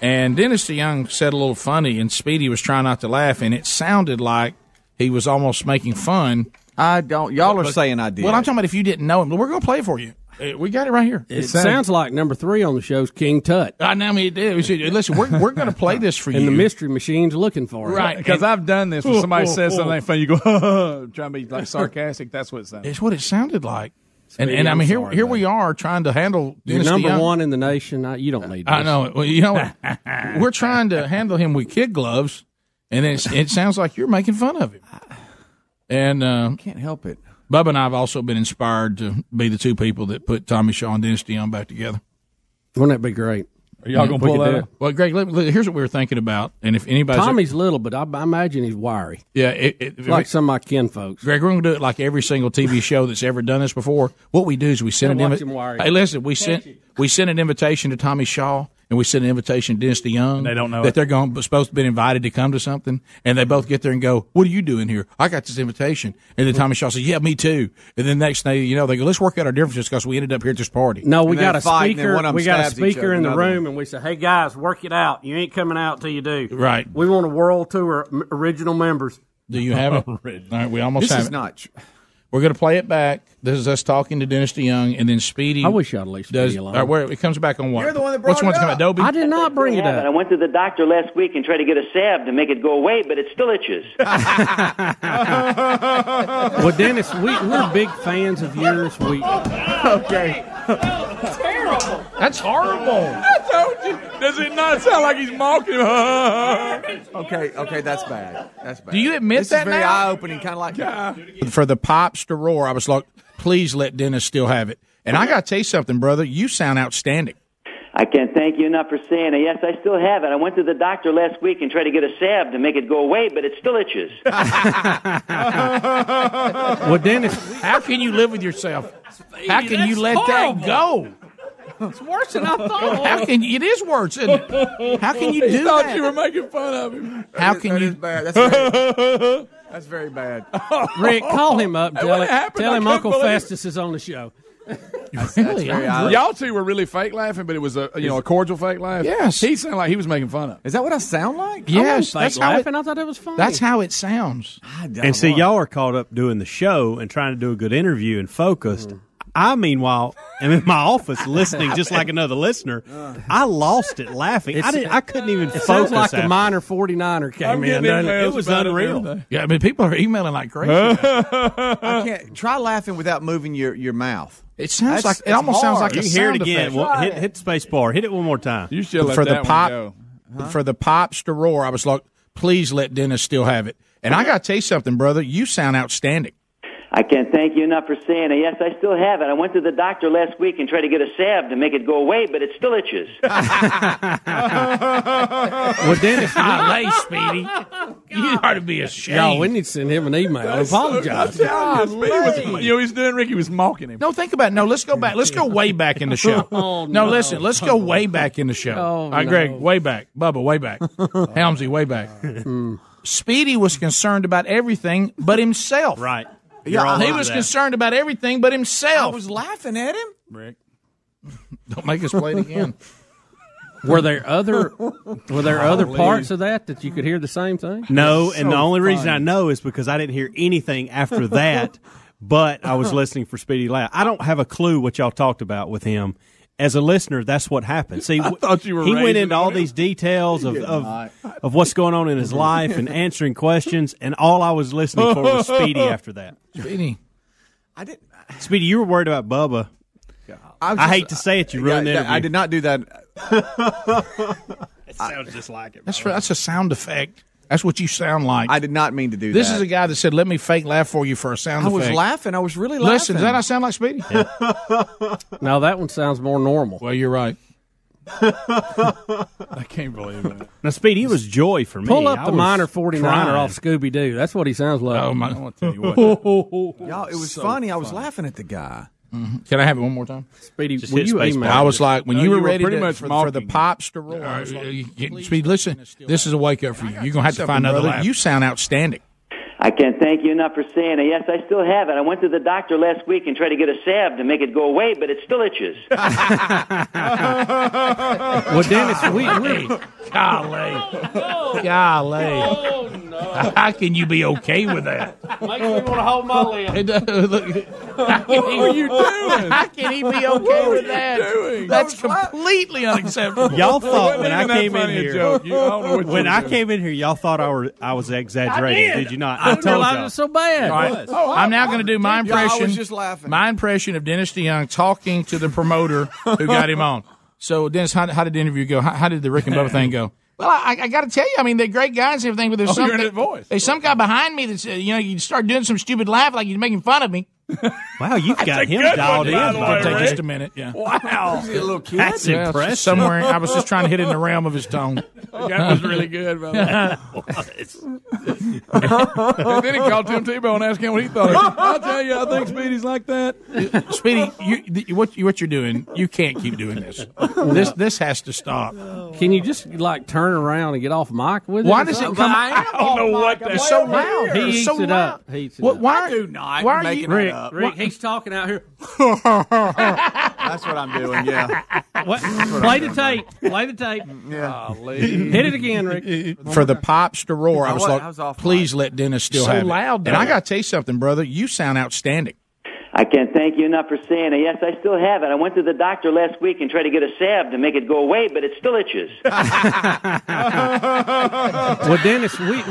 S3: And Dennis DeYoung said a little funny, and Speedy was trying not to laugh, and it sounded like he was almost making fun.
S4: I don't. Y'all are
S3: But-
S4: saying I did.
S3: Well, I'm talking about if you didn't know him. We're going to play for you. Uh, We got it right here.
S13: It, sounds, like number three on the show's King Tut.
S3: I know I mean, it did. We said, Listen, we're, we're going to play this for
S13: <laughs> And the
S3: you.
S13: mystery machine's looking for it.
S3: Right.
S6: Because I've done this when
S3: <laughs>
S6: somebody says something funny, you go <laughs> trying to be like sarcastic. That's what it sounds.
S3: It's what it sounded like. And,
S6: Speedy,
S3: and I
S6: I'm
S3: mean, here
S6: sorry,
S3: here we are trying to handle
S13: You're
S3: Dennis
S13: number
S3: DeYoung.
S13: one in the nation. I, you don't need this.
S3: I know. it. Well, you know, what? <laughs> we're trying to handle him with kid gloves, and it's, it sounds like you're making fun of him. And uh,
S4: can't help it.
S3: Bubba and I have also been inspired to be the two people that put Tommy Shaw and Dennis DeYoung back together.
S13: Wouldn't that be great?
S3: Are y'all gonna
S13: We
S3: pull
S13: could
S3: that
S13: do
S3: up? Well, Greg, let, let- here's what we were thinking about, and if
S13: it.
S3: anybody's
S13: <laughs> Tommy's little, but I, I imagine he's wiry.
S3: yeah, it, it,
S13: Like some of my kin folks.
S3: Greg, we're going to do it like every single
S13: <laughs>
S3: TV show that's ever done this before. What we do is we send
S13: Yeah,
S3: an
S13: watch him wire
S3: invitation.
S13: you.
S3: Hey, listen, we sent we sent an invitation to Tommy Shaw and we sent an invitation to Dennis DeYoung.
S6: And they don't know
S3: that
S6: it.
S3: they're going supposed to be invited to come to something, and they both get there and go, "What are you doing here? I got this invitation." And then Tommy Shaw says, "Yeah, me too." And then next thing you know, they go, "Let's work out our differences because we ended up here at this party."
S13: No, we got a speaker. We got a speaker in the room, and we say, "Hey guys, work it out. You ain't coming out till you do."
S3: Right.
S13: We want a world tour m- original members.
S3: Do you
S6: <laughs>
S3: have it? All right, we almost
S13: This
S3: have
S13: is
S3: it.
S4: not.
S3: We're going to play it back. This is us talking to Dennis DeYoung, and then Speedy.
S13: I wish y'all leave Speedy
S3: does,
S13: alone.
S3: or where it comes back on what?
S13: You're the one that
S3: What's one
S13: brought it
S3: that's come
S13: up.
S3: Adobe?
S13: I did not bring it
S20: Yeah, but I
S13: up.
S20: went to the doctor last week and tried to get a salve to make it go away, but it still itches.
S13: <laughs> Well, Dennis, we, we're big fans of yours. We
S6: okay.
S7: Terrible.
S3: That's horrible.
S6: I told you. Does it not sound like he's mocking?
S4: okay, okay, that's bad. That's bad.
S3: Do you admit
S4: this
S3: that
S4: is very
S3: now?
S4: eye opening, kind of like
S3: for the pops to roar, I was like, please let Dennis still have it. And I got to tell you something, brother. You sound outstanding.
S20: I can't thank you enough for saying it. Yes, I still have it. I went to the doctor last week and tried to get a salve to make it go away, but it still itches.
S13: well, Dennis,
S3: how can you live with yourself? How can you let that go?
S7: It's worse than I thought.
S3: <laughs> How can it is worse? Isn't it? How
S6: <laughs>
S3: can you
S6: He
S3: do
S6: thought
S3: that?
S6: you were making fun of <laughs> him.
S3: How can you?
S4: That's
S3: <laughs>
S4: very, that's very
S6: <laughs>
S4: bad.
S13: Rick, call him up.
S6: Hey,
S13: Tell,
S6: what
S13: him-
S6: happened?
S13: tell
S6: I
S13: him
S6: couldn't
S13: Uncle
S6: believe it.
S13: Festus is on the show.
S3: Really?
S6: Very
S3: I'm
S6: odd.
S3: drunk.
S6: Y'all two were really fake laughing, but it was a you know a cordial fake laugh.
S3: Yes.
S6: he sounded like he was making fun of.
S4: Is that what I sound like?
S3: Yes, that's how it,
S13: laughing. I thought that was funny.
S3: that's how it sounds.
S2: And see, y'all are caught up doing the show and trying to do a good interview and focused. I, meanwhile, am in my office listening just like another listener.
S6: Uh.
S2: I lost it laughing. I
S13: It's-
S2: didn't. I
S6: <laughs>
S2: couldn't even
S13: It
S2: focus.
S13: sounds like the
S2: after.
S13: minor 49er came
S2: I'm
S13: in.
S2: getting
S13: doesn't
S2: emails about it every
S3: Yeah, I mean, people are emailing like crazy.
S21: <laughs>
S4: I can't try laughing without moving your, your mouth.
S3: It sounds like- it almost sounds like You a can hear it sound again. effect. Well, hit- hit space bar. Hit it one more time.
S6: You should let
S3: for
S6: that
S3: the
S6: one
S3: pop
S6: go. Huh?
S3: for the pops to roar. I was like, please let Dennis still have it. And I got to tell you something, brother. You sound outstanding.
S20: I can't thank you enough for saying it. Yes, I still have it. I went to the doctor last week and tried to get a salve to make it go away, but it still itches.
S3: <laughs>
S13: Well, Dennis,
S3: I lay, Speedy. You ought to be ashamed.
S13: <laughs> Y'all, we need to send him an email. and apologize.
S6: God, Speedy was, you know, he's doing Ricky was mocking him.
S3: No, think about it. No, let's go back. Let's go way back in the show.
S13: Oh,
S3: no,
S13: no.
S3: listen, let's go way back in the show. All right,
S13: no.
S3: Greg, way back. Bubba, way back. Helmsy, way back. Speedy was concerned about everything but himself. Right.
S4: You're all
S3: he
S4: over
S3: was
S4: that.
S3: concerned about everything but himself.
S4: laughing at him.
S3: Rick. <laughs> Don't make us play it again.
S13: <laughs> Were there other were there other
S2: Golly.
S13: parts of that that you could hear the same thing?
S2: No, and the only reason I know is because I didn't hear anything after
S6: <laughs>
S2: that, but I was listening for Speedy Loud. I don't have a clue what y'all talked about with him as a listener, that's what happened. See,
S6: <laughs> I thought you were
S2: he went
S6: raising
S2: into all these details of
S6: did
S2: of, of what's going on in his life and answering questions, and all I was listening for was Speedy after that.
S3: Speedy.
S2: I didn't. Speedy, you were worried about Bubba. I,
S4: was just-
S2: hate to say it, you ruined
S4: Yeah,
S2: the
S4: yeah,
S2: interview.
S4: I did not do that.
S2: It sounds just like it.
S3: That's that's a sound effect. That's what you sound like. I
S4: did not mean to do
S3: this
S4: that.
S3: is a guy that said, "Let me fake laugh for you for a sound
S4: I
S3: effect."
S4: was laughing. I was really laughing.
S3: Listen, does that not sound like Speedy?
S13: No, that one sounds more normal.
S3: Well, you're right.
S6: I can't believe that.
S2: Now, Speedy, it was joy for me.
S13: Pull up
S2: I
S13: the
S2: was
S13: minor 49er
S2: trying.
S13: off Scooby Doo. That's what he sounds like. Oh,
S3: my. I tell
S4: <laughs>
S3: you
S4: Y'all, it was
S13: So
S4: funny. I was laughing at the guy.
S22: Mm-hmm.
S3: Can I have it one more time?
S13: Speedy,
S4: Just
S3: will
S4: hit
S3: you
S4: space
S3: email-
S4: bar.
S3: I was like, when
S4: No,
S3: you were
S4: you were
S3: ready
S4: pretty
S3: to-
S4: much
S3: for, for the
S4: mocking.
S3: pops to roll. I was like, Speedy, listen, this is a wake up for you. You're gonna have to
S20: something,
S3: find another.
S20: brother.
S3: laugh. You sound outstanding.
S20: I can't thank you enough for saying it. Yes, I still have it. I went to the doctor last week and tried to get a salve to make it go away, but it still
S13: <laughs>
S20: itches.
S13: Well, Dennis,
S12: Ah,
S13: we, we
S3: golly, golly.
S7: Oh, no.
S3: How can you be okay with that?
S7: Makes me want to hold my
S3: <laughs>
S7: lip.
S3: How can he-
S7: What are you doing?
S3: How can he be okay with that? That's completely <laughs> unacceptable.
S2: Y'all thought when I
S3: Wasn't even
S2: came in
S3: that funny a
S2: here,
S3: joke. You- I don't know what you
S2: when
S3: were
S2: I
S3: doing.
S2: came in here, y'all thought I were I was exaggerating.
S3: I
S2: did. you not?
S3: I
S2: I,
S3: didn't
S2: told
S3: realize
S2: y'all.
S3: it was
S13: so bad.
S3: All right. Oh, I'm now going to do my
S4: Yeah, I was
S3: impression.
S4: just laughing.
S3: My impression of Dennis DeYoung talking to the promoter who got
S4: <laughs>
S3: him on. So, Dennis, how, how did the interview go? How, how did the Rick and <laughs> Bubba thing go? Well, I, I got to tell you, I mean, they're great guys and everything, but there's
S6: Oh, you're
S3: something.
S6: in that voice.
S3: There's some guy behind me that's uh, you know you start doing some stupid laugh like you're making fun of me.
S2: Wow, you've got him dialed in. by
S3: It'll
S2: the
S3: take
S2: way.
S3: just a minute. Yeah.
S6: <laughs> Wow.
S2: That's
S3: Yeah, it's
S2: impressive.
S3: Somewhere I was just trying to hit it in the realm of his tone.
S6: <laughs> That was really good,
S3: <laughs>
S6: brother. and then he called Tim Tebow and asked him what he thought. of it. I'll tell you, I think Speedy's like that.
S3: Speedy, you, th- what, you- what you're doing, you can't keep doing
S13: <laughs>
S3: this. This this has to stop.
S13: Can you just like turn around and get off mic with it?
S3: Why does it come?
S13: I,
S3: don't know what
S13: mic.
S3: that-
S13: I'm
S3: It's so
S13: over
S3: loud.
S13: here. He
S3: It's
S13: eats
S3: oh so
S13: it
S3: loud.
S13: up. He eats it
S3: What?
S13: up.
S3: Why do not? Why are you,
S13: Rick, Rick, he's talking
S3: <laughs>
S13: out here.
S4: That's what I'm doing. Yeah.
S13: What? Play the tape. Play the tape. Yeah. Hit it again, Rick.
S3: <laughs> for the pops to roar? I was
S13: I was-
S3: like,
S13: I was
S3: please let Dennis still
S13: So
S3: have it.
S13: loud,
S3: And
S13: though.
S3: I got to tell you something, brother. You sound outstanding.
S20: I can't thank you enough for saying it. Yes, I still have it. I went to the doctor last week and tried to get a salve to make it go away, but it still
S13: <laughs>
S20: itches.
S13: Well, Dennis, we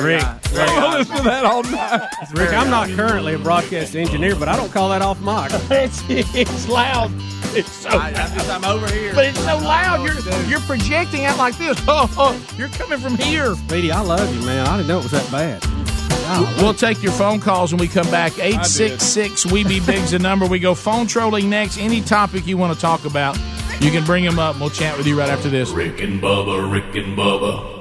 S13: Rick, Rick,
S6: I'll listen to that all night.
S13: Rick, I'm not currently a broadcast engineer, but I don't call that off mic.
S3: <laughs> it's, it's loud. It's so. I, am over here. oh, But it's so loud. You're you're projecting out like this. <laughs> Oh, oh, you're coming from here.
S13: Speedy, I love you, man. I didn't know it was that bad.
S3: We'll take your phone calls when we come back. 866 We Be Big's the number. We go phone trolling next. Any topic you want to talk about, you can bring them up. and We'll chat with you right after this.
S8: Rick and Bubba, Rick and Bubba.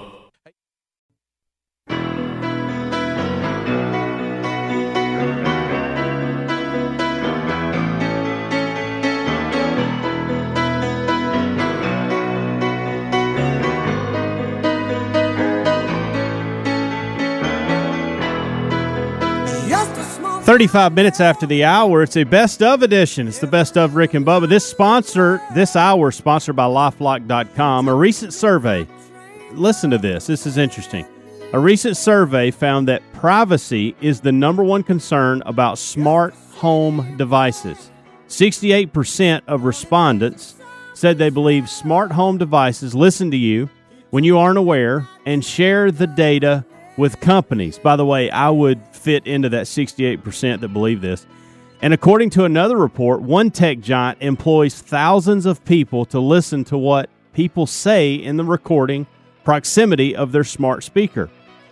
S12: Just a small
S2: 35 minutes after the hour, it's a best of edition. It's the best of Rick and Bubba. This sponsor, this hour, is sponsored by lifelock.com. A recent survey, listen to this, this is interesting. A recent survey found that privacy is the number one concern about smart home devices. 68% of respondents said they believe smart home devices listen to you when you aren't aware and share the data with companies. By the way, I would fit into that 68% that believe this. And according to another report, one tech giant employs thousands of people to listen to what people say in the recording proximity of their smart speaker.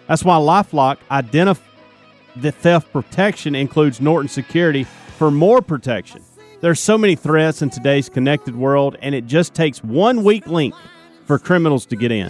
S2: That's why Lifelock identifies the theft protection includes Norton Security for more protection. There's so many threats in today's connected world, and it just takes one weak link for criminals to get in.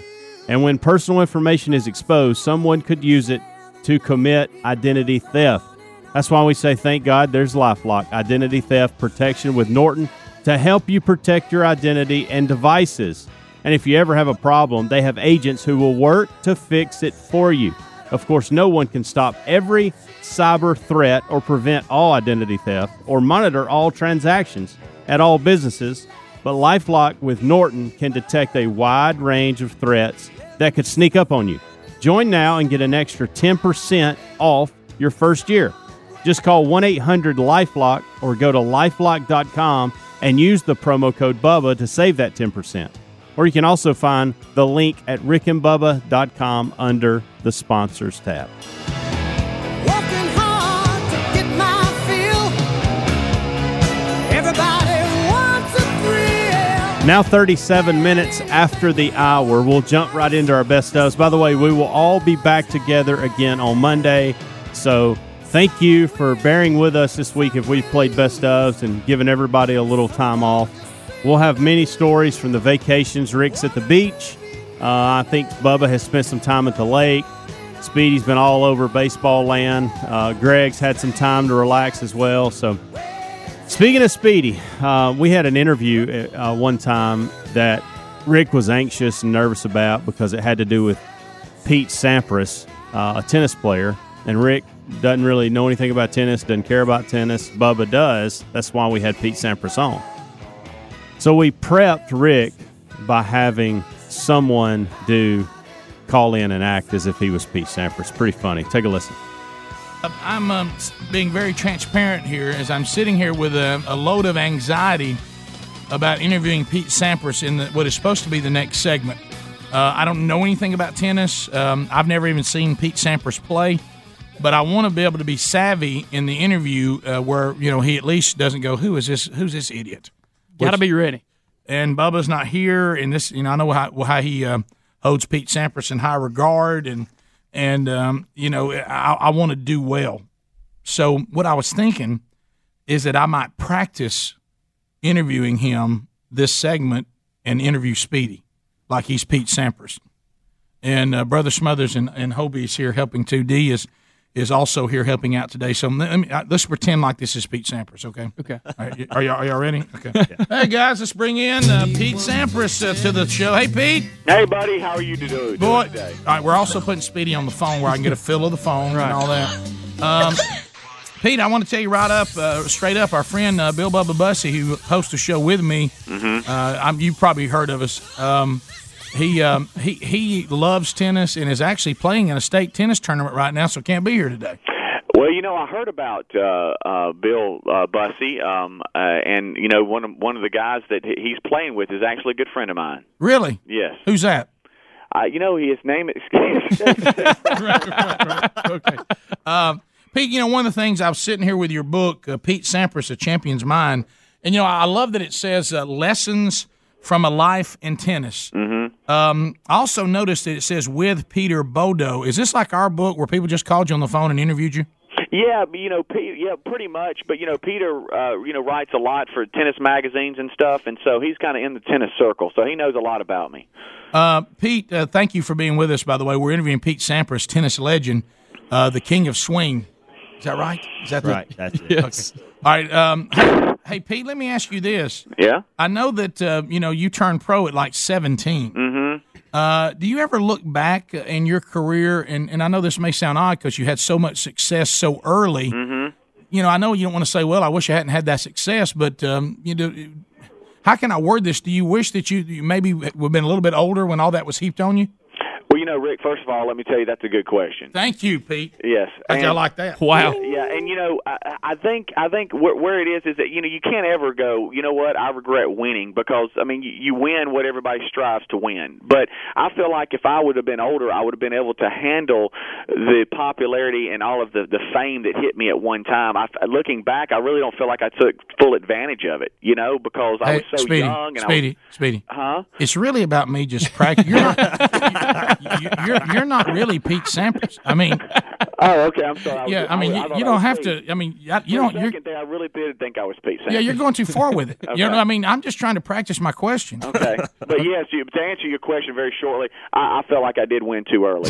S2: And when personal information is exposed, someone could use it to commit identity theft. That's why we say, thank God there's Lifelock Identity Theft Protection with Norton to help you protect your identity and devices. And if you ever have a problem, they have agents who will work to fix it for you. Of course, no one can stop every cyber threat or prevent all identity theft or monitor all transactions at all businesses, but Lifelock with Norton can detect a wide range of threats that could sneak up on you. Join now and get an extra 10% off your first year. Just call 1 800 Lifelock or go to lifelock.com and use the promo code Bubba to save that 10%. Or you can also find the link at rickandbubba.com under the sponsors tab.
S12: Working hard to get my feel. Everybody wants a thrill.
S2: Now, 37 minutes after the hour, we'll jump right into our best ofs. By the way, we will all be back together again on Monday. So, thank you for bearing with us this week if we've played best ofs and given everybody a little time off. We'll have many stories from the vacations Rick's at the beach. Uh, I think Bubba has spent some time at the lake. Speedy's been all over baseball land. Uh, Greg's had some time to relax as well. So, Speaking of Speedy, uh, we had an interview uh, one time that Rick was anxious and nervous about because it had to do with Pete Sampras, uh, a tennis player. And Rick doesn't really know anything about tennis, doesn't care about tennis. Bubba does. That's why we had Pete Sampras on. So we prepped Rick by having someone do call in and act as if he was Pete Sampras. Pretty funny. Take a listen.
S3: I'm um, s- being very transparent here as I'm sitting here with a, a load of anxiety about interviewing Pete Sampras in the, what is supposed to be the next segment. Uh, I don't know anything about tennis. Um, I've never even seen Pete Sampras play, but I want to be able to be savvy in the interview uh, where you know he at least doesn't go, "Who is this? Who's this idiot?"
S13: Gotta
S3: be ready. And Bubba's not here, and this you know I know how, how he uh, holds Pete Sampras in high regard, and and um, you know I, I want to do well. So what I was thinking is that I might practice interviewing him this segment and interview Speedy like he's Pete Sampras. And uh, Brother Smothers and, and Hobie is here helping. 2D is is also here helping out today. So let me, uh, let's pretend like this is Pete Sampras, okay? Okay. All right, are, y'all, are y'all ready? Okay. <laughs> Hey, guys, let's bring in uh, Pete Sampras uh, to the show. Hey, Pete.
S22: Hey, buddy, how are you doing,
S3: Boy,
S22: doing today?
S3: all right, we're also putting Speedy on the phone where I can get a feel of the phone and all that. Um, Pete, I want to tell you right up, uh, straight up, our friend uh, Bill Bubba Bussy, who hosts the show with me,
S22: Mhm.
S3: uh, I'm, you've probably heard of us. Um, he um, he he loves tennis and is actually playing in a state tennis tournament right now, so can't be here today.
S22: Well, you know, I heard about uh, uh, Bill uh, Bussey, um, uh, and you know, one of, one of the guys that he- he's playing with is actually a good friend of mine.
S3: Really?
S22: Yes,
S3: Who's that?
S22: uh, you know, his name is. <laughs>
S3: Um, Pete, you know, one of the things I was sitting here with your book, uh, Pete Sampras, A Champion's Mind, and, you know, I love that it says uh, lessons from a life in tennis.
S22: mm-hmm.
S3: Um, I also noticed that it says with Peter Bodo. Is this like our book where people just called you on the phone and interviewed you?
S22: Yeah, but, you know, Pete, yeah, pretty much. But you know, Peter, uh, you know, writes a lot for tennis magazines and stuff, and so he's kind of in the tennis circle, so he knows a lot about me.
S3: Uh, Pete, uh, thank you for being with us, by the way. We're interviewing Pete Sampras, tennis legend, uh, the king of swing. Is that right? Is that the-
S2: Right, that's it.
S3: <laughs> Yes. All right. Um, hey, hey, Pete, let me ask you this. <laughs>
S22: Yeah.
S3: I know that uh, you know you turned pro at like 17.
S22: Mm-hmm.
S3: Uh, do you ever look back in your career, and, and I know this may sound odd because you had so much success so early.
S22: Mm-hmm.
S3: You know, I know you don't want to say, "Well, I wish I hadn't had that success," but um, you know, how can I word this? Do you wish that you, you maybe would have been a little bit older when all that was heaped on you?
S22: Well, you know, Rick. First of all, let me tell you that's a good question.
S3: Thank you, Pete.
S22: Yes,
S3: I
S22: and-
S3: like that.
S22: Yeah, and you know, I, I think I think where, where it is is that you know you can't ever go. You know what? I regret winning because I mean you, you win what everybody strives to win. But I feel like if I would have been older, I would have been able to handle the popularity and all of the the fame that hit me at one time. I, looking back, I really don't feel like I took full advantage of it. You know, because I was
S3: Hey,
S22: so
S3: Speedy,
S22: young and
S3: Speedy, Speedy.
S22: I was, huh?
S3: It's really about me just practicing. You're not, you- you're, you're not really Pete Sampras. I mean,
S22: <laughs> Oh, okay. I'm sorry. I was,
S3: yeah. I mean,
S22: I,
S3: you-
S22: thought
S3: you
S22: I
S3: don't
S22: was
S3: have
S22: Pete.
S3: to. I mean, I- you
S22: For a
S3: don't. You're,
S22: second there, I really did think I was Pete. Sampras.
S3: yeah, you're going too far
S22: <laughs>
S3: with it. You know
S22: Okay.
S3: what I mean? I'm just trying to practice my question. <laughs>
S22: Okay, but yes, you, to answer your question very shortly, I, I felt like I did win too early.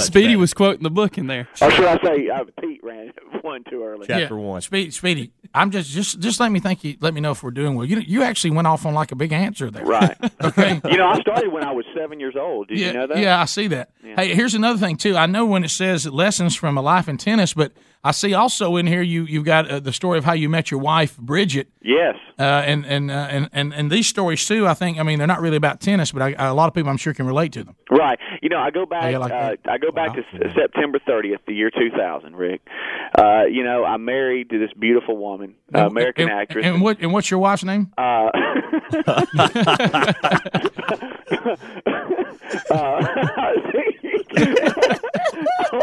S21: Speedy was quoting the book in there.
S22: or should I say, uh, Pete ran <laughs> won too early.
S3: Yeah. Speedy, Speedy, I'm just just just let me think. You let me know if we're doing well. You you actually went off on like a big answer there.
S22: Right.
S3: okay.
S22: <laughs> You know, I started when I was seven years old. Did
S3: yeah,
S22: you know that?
S3: Yeah, I see that.
S22: Yeah.
S3: Hey, here's another thing too. I know when it says lessons from a life in tennis, but I see also in here you you've got uh, the story of how you met your wife Bridget.
S22: Yes.
S3: Uh, and and, uh, and and and these stories too. I think I mean they're not really about tennis, but I, a lot of people I'm sure can relate to them.
S22: Right. You know, I go back.
S3: Oh, yeah, like
S22: uh, I go back to S- September 30th, the year 2000. Rick. Uh, you know, I'm married to this beautiful woman, uh, American
S3: and,
S22: actress.
S3: And what and what's your wife's name?
S22: <laughs> uh, uh, <laughs>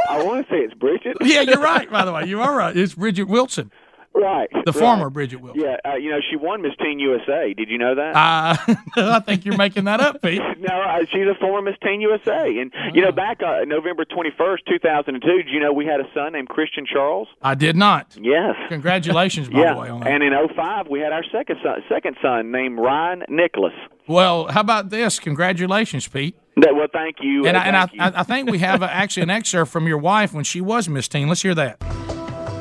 S22: I want to say it's Bridget.
S3: yeah, you're right. By the way, you are right. It's Bridget Wilson,
S22: Right.
S3: the
S22: right.
S3: former Bridget Wilson.
S22: Yeah, uh, you know, she won Miss Teen USA. Did you know that?
S3: Uh, <laughs> I think you're <laughs> making that up, Pete.
S22: <laughs>
S3: Oh.
S22: No, uh, she's a former Miss Teen USA, and you know, back uh, November twenty first, two thousand and two. You know, we had a son named Christian Charles.
S3: I did not.
S22: Yes.
S3: Congratulations, by
S22: yeah,
S3: the way, on that.
S22: and in oh five, we had our second son, second son named Ryan Nicholas.
S3: Well, how about this? Congratulations, Pete.
S22: That, well, thank you.
S3: And,
S22: uh,
S3: I, and
S22: thank
S3: I, I I think we have uh, actually an excerpt from your wife when she was Miss Teen. Let's hear that.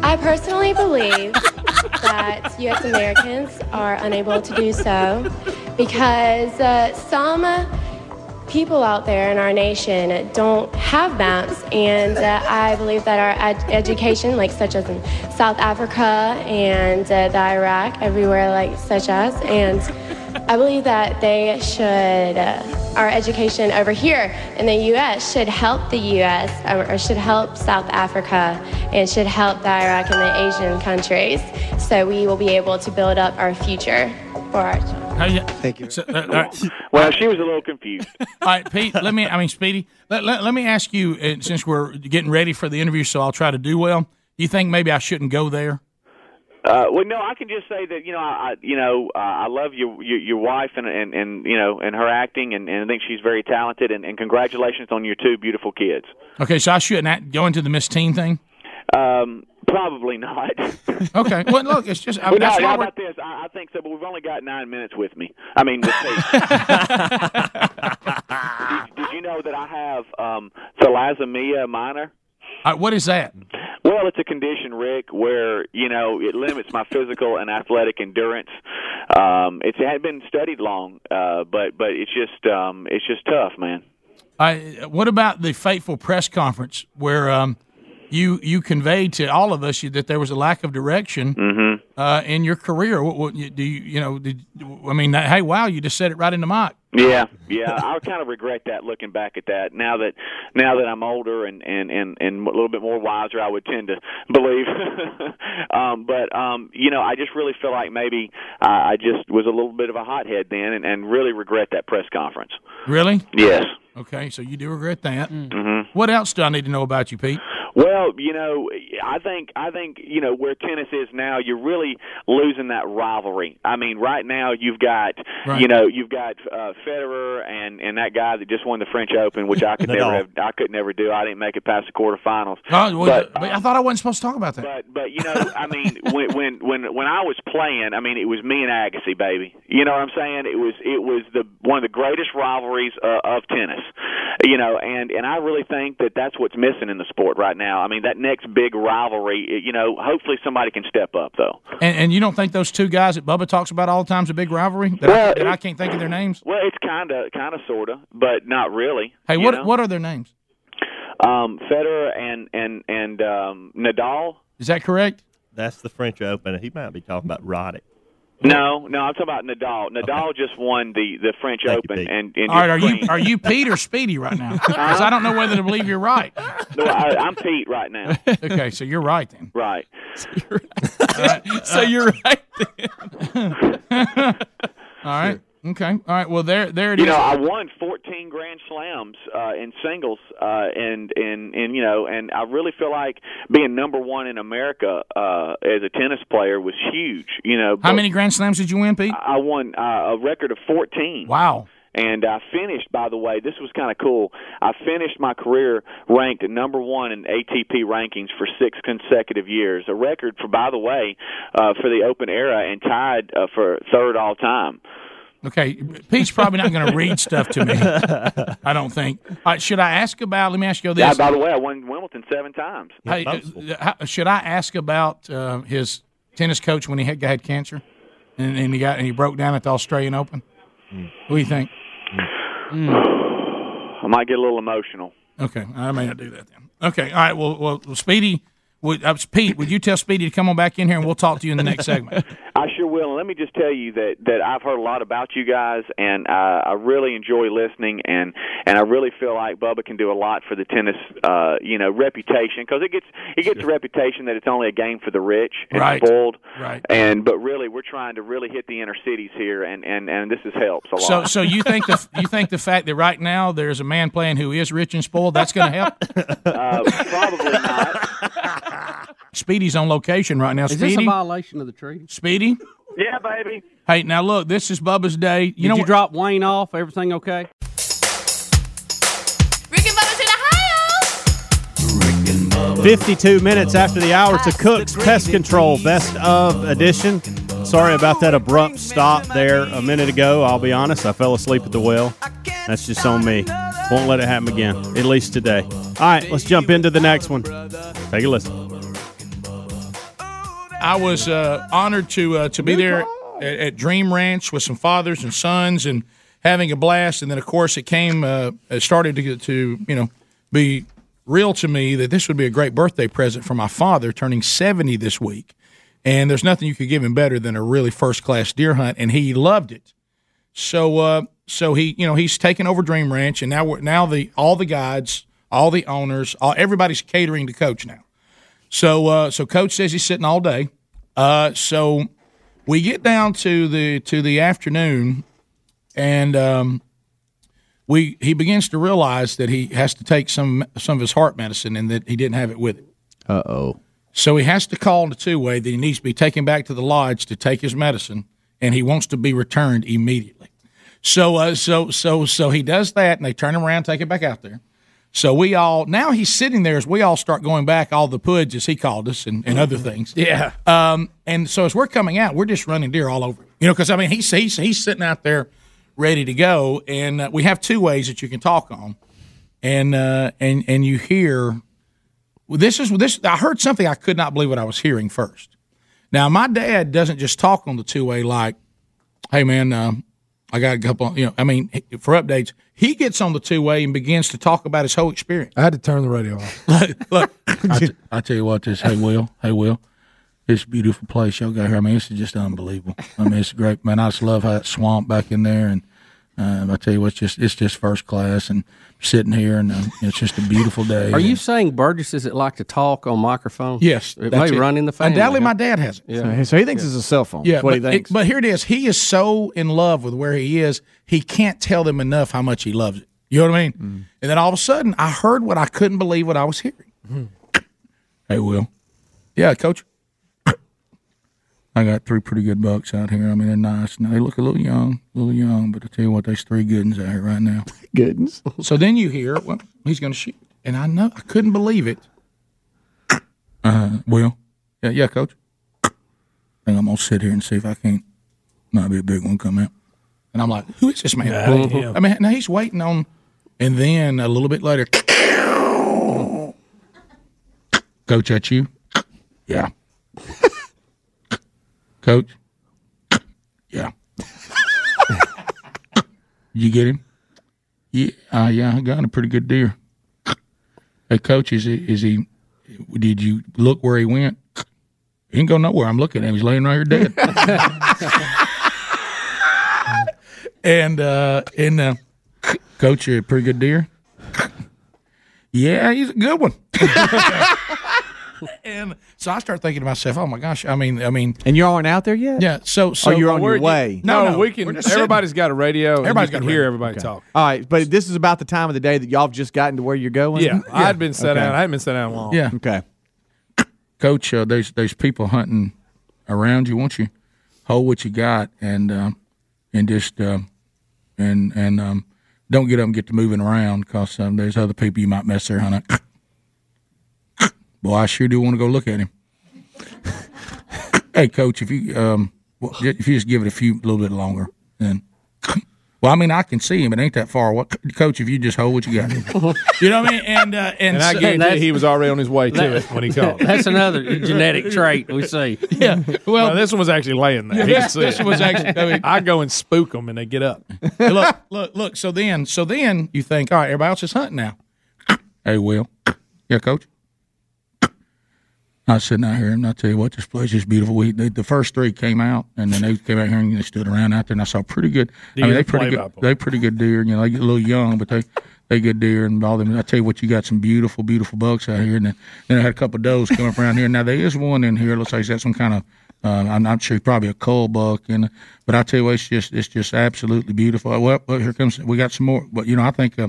S1: I personally believe that U.S. Americans are unable to do so because uh, some people out there in our nation don't have maps, and uh, I believe that our ed- education, like such as in South Africa and uh, the Iraq, everywhere like such as, and I believe that they should, uh, our education over here in the U.S. should help the U.S. or- or should help South Africa and should help the Iraq and the Asian countries, so we will be able to build up our future for our children.
S3: Thank you. uh,
S22: Well, she was a little
S3: <laughs>
S22: confused.
S3: all right, Pete. Let me. I mean, Speedy. Let, let, let me ask you, uh, since we're getting ready for the interview, so I'll try to do well. You think maybe I shouldn't go there?
S22: Uh, well, no, I can just say that you know, I, I you know, uh, I love your, your your wife and and and you know, and her acting, and, and I think she's very talented. And, and congratulations on your two beautiful kids.
S3: Okay, so I shouldn't act- go into the Miss Teen thing.
S22: Um, probably not. <laughs>
S3: Okay. <laughs> Well, look, it's just I
S22: Well,
S3: mean, that's
S22: no,
S3: why
S22: how
S3: we're-
S22: about this? I, I think so, but we've only got nine minutes with me. I mean, with
S3: <laughs>
S22: me. did, did you know that I have um, thalassemia minor?
S3: Uh, what is that?
S22: Well, it's a condition, Rick, where you know it limits my physical and athletic endurance. Um, it's had been studied long, uh, but but it's just um, it's just tough, man.
S3: I, what about the fateful press conference where um, you you conveyed to all of us that there was a lack of direction uh, in your career? What, what you- do you you know? Did, I mean, hey, wow, you just said it right in the mic.
S22: Yeah, yeah. I kind of regret that looking back at that. Now that now that I'm older and and and and a little bit more wiser, I would tend to believe. <laughs> um, but um, you know, I just really feel like maybe I, I just was a little bit of a hothead then, and, and really regret that press conference.
S3: Really?
S22: Yes.
S3: Okay, so you do regret that.
S22: hmm
S3: What else do I need to know about you, Pete?
S22: Well, you know, I think I think you know where tennis is now. You're really losing that rivalry. I mean, right now you've got
S23: Right.
S22: you know you've got uh, Federer and and that guy that just won the French Open, which
S3: <laughs>
S22: I could
S3: Nadal.
S22: never have, I could never do. I didn't make it past the quarterfinals.
S3: Oh, well,
S22: but,
S3: but I thought I wasn't supposed to talk about that.
S22: but but you know, I mean, when when when when I was playing, I mean, it was me and Agassi, baby. You know what I'm saying? It was it was the one of the greatest rivalries uh, of tennis. You know, and and I really think that that's what's missing in the sport right now. I mean, that next big rivalry. it- You know, hopefully somebody can step up though.
S3: <laughs> And, and you don't think those two guys that Bubba talks about all the time's a big rivalry? That, I-
S22: Well,
S3: that I can't think of their names.
S22: Well, it's kind of kind of sorta, but not really.
S3: Hey,
S22: you
S3: what
S22: know?
S3: what are their names?
S22: Um, Federer and and and um, Nadal.
S3: Is that correct?
S24: That's the French Open. He might be talking about Roddick.
S22: No, no, I'm talking about Nadal. Nadal just won the the French Open, and, and
S3: All right, are
S22: Ukraine.
S3: you are you Pete or Speedy right now? Because I don't know whether to believe you're right.
S22: No, I, I'm Pete right now.
S3: <laughs> Okay, so you're right then.
S22: Right.
S3: <laughs> So you're right then. Uh, <laughs> all right. Okay. All right. Well, there there it is.
S22: You know, I won 14 Grand Slams uh, in singles, uh, and and and you know, and I really feel like being number one in America uh, as a tennis player was huge. You know,
S3: How
S22: but
S3: many Grand Slams did you win, Pete?
S22: I won uh, a record of 14.
S3: Wow.
S22: And I finished, by the way, this was kind of cool. I finished my career ranked at number one in ATP rankings for six consecutive years, a record for, by the way, uh, for the Open era, and tied uh, for third all time.
S3: Okay, Pete's probably not going to read stuff to me. I don't think. All right, should I ask about? Let me ask you this.
S22: Yeah, by the way, I won Wimbledon seven times.
S3: Hey, uh, how- should I ask about uh, his tennis coach when he had, had cancer, and, and he got and he broke down at the Australian Open? What do you think?
S22: I might get a little emotional.
S3: Mm. Okay, I may not do that then. Okay, all right. Well,
S22: <laughs>
S3: well, well Speedy, would, uh, Pete, would you tell Speedy to come on back in here and we'll talk to you in the next segment?
S22: I I sure will. And let me just tell you that that I've heard a lot about you guys, and uh, I really enjoy listening, and and I really feel like Bubba can do a lot for the tennis, uh, you know, reputation because it gets it gets a reputation that it's only a game for the rich and
S3: Right.
S22: spoiled,
S3: Right.
S22: and but really we're trying to really hit the inner cities here, and and and this has helped a lot.
S3: So, so you think the you think the fact that right now there's a man playing who is rich and spoiled that's going to help?
S22: Uh, probably not.
S3: Speedy's on location right now.
S13: Is
S3: Speedy,
S13: this a violation of the treaty?
S3: Speedy.
S22: Yeah, baby.
S3: Hey, now look, this is Bubba's day. You
S13: Did
S3: know
S13: you
S3: what-
S13: drop Wayne off? Everything okay?
S19: Rick and Bubba's in Ohio.
S2: 52 minutes after the hour to Cook's Pest Control Best of Edition. Sorry about that abrupt stop there a minute ago. I'll be honest, I fell asleep at the wheel. That's just on me. Won't let it happen again, at least today. All right, let's jump into the next one. Take a listen.
S3: I was uh, honored to uh, to be there at, at Dream Ranch with some fathers and sons and having a blast. And then, of course, it came. Uh, it started to get to you know be real to me that this would be a great birthday present for my father, turning seventy this week. And there's nothing you could give him better than a really first class deer hunt, and he loved it. So uh, so he you know he's taken over Dream Ranch, and now we're, now the all the guides, all the owners, all, everybody's catering to Coach now. So uh, so coach says he's sitting all day. Uh, so we get down to the to the afternoon, and um, we he begins to realize that he has to take some some of his heart medicine and that he didn't have it with him.
S4: Uh oh.
S3: So he has to call in a two way that he needs to be taken back to the lodge to take his medicine, and he wants to be returned immediately. So uh, so so so he does that, and they turn him around, take it back out there. So we all now he's sitting there as we all start going back all the puds as he called us and, and other things.
S7: Yeah.
S3: Um, and so as we're coming out, we're just running deer all over. him. You know, because I mean he's, he's he's sitting out there ready to go, and uh, we have two ways that you can talk on, and uh, and and you hear. Well, this is this. I heard something I could not believe what I was hearing first. Now my dad doesn't just talk on the two way like, "Hey man, um, I got a couple." You know, I mean, for updates, he gets on the two way and begins to talk about his whole experience.
S21: I had to turn the radio off.
S3: <laughs> Look, I, t- I tell you what, this hey Will, hey Will, this beautiful place y'all got here. I mean, this is just unbelievable. I mean, it's great, man. I just love how that swamp back in there, and um, I tell you what, it's just it's just first class. And sitting here, and um, it's just a beautiful day.
S13: Are you saying Burgesses that like to talk on microphones?
S3: Yes,
S13: it may
S3: that's it.
S13: run in the family.
S3: Undoubtedly, my dad has it.
S13: Yeah.
S4: So he thinks it's a cell phone.
S3: Yeah,
S4: That's what he
S3: but,
S4: thinks.
S3: It, but here it is. He is so in love with where he is, he can't tell them enough how much he loves it. You know what I mean?
S4: Mm.
S3: And then all of a sudden, I heard what I couldn't believe what I was hearing.
S4: Mm.
S3: Hey, Will. Yeah, Coach. I got three pretty good bucks out here. I mean, they're nice. Now they look a little young, a little young, but I tell you what, there's three goodens out here right now.
S4: Goodens.
S3: So then you hear, well, he's going to shoot, and I know I couldn't believe it. Uh, Will. Yeah, yeah, Coach. I think I'm gonna sit here and see if I can't. Might be a big one come out. And I'm like, who is this man?
S7: Yeah, yeah.
S3: I mean, now he's waiting on. And then a little bit later, Coach, at you? <laughs> Yeah. Coach? Yeah. you get him? Yeah, uh, yeah, I got a pretty good deer. Hey, coach, is he, is he? Did you look where he went? He didn't go nowhere. I'm looking at him. He's laying right here dead. <laughs> and uh, and uh, coach, you a pretty good deer. yeah, he's a good one. and so I start thinking to myself, oh my gosh, I mean, I mean,
S4: and you aren't out there yet. Oh,
S3: Yeah, so so
S21: Where'd you-
S3: No, no,
S21: we can.
S3: we're just sitting.
S21: Everybody's got a radio. and you
S3: Everybody's
S21: can
S3: got a
S21: hear
S3: radio.
S21: everybody talk.
S4: All right, but this is about the time of the day that y'all have just gotten to where you're going.
S21: Yeah, I'd been sat down. I hadn't been sat down long.
S3: Yeah.
S4: Okay.
S3: Coach, uh, there's there's people hunting around you. Won't you hold what you got and um, and just um, and and um, don't get up and get to moving around because um, there's other people you might mess their hunt up. Boy, I sure do want to go look at him. hey, coach, if you um, well, ju- if you just give it a few little bit longer, then. Well, I mean, I can see him. It ain't that far. What, coach? If you just hold what you
S21: <laughs>
S3: got, you know what I mean. And uh, and,
S21: And I
S3: so-
S21: guarantee he was already on his way to it
S3: <laughs>
S21: when he called.
S3: That's another genetic
S21: trait
S13: we see.
S3: <laughs> Yeah. Well,
S21: No, this one was actually laying there.
S3: <laughs> Yeah,
S21: He could
S3: this-
S21: see
S3: this
S21: it.
S3: was actually-
S21: <laughs>
S3: I mean-
S21: I go and spook them, and they get up.
S3: look, look, look. So then, so then you think, all right, everybody else is hunting now. Hey, Will. Yeah, Coach. not sitting out here and I tell you what, this place is beautiful. We they, the first three came out and then they came out here and they stood around out there and I saw pretty good. I mean,
S9: Deer
S3: they pretty good.
S9: play-by-play.
S3: They pretty good deer. You know, they get a little young, but they they good deer and all them. I tell you what, you got some beautiful, beautiful bucks out here. And then, then I had a couple of does come up around here. Now there is one in here. Let's say she's got some kind of. Uh, I'm not sure, probably a coal buck, and but I tell you, what, it's just it's just absolutely beautiful. Uh, Well, well, here comes we got some more, but you know I think uh,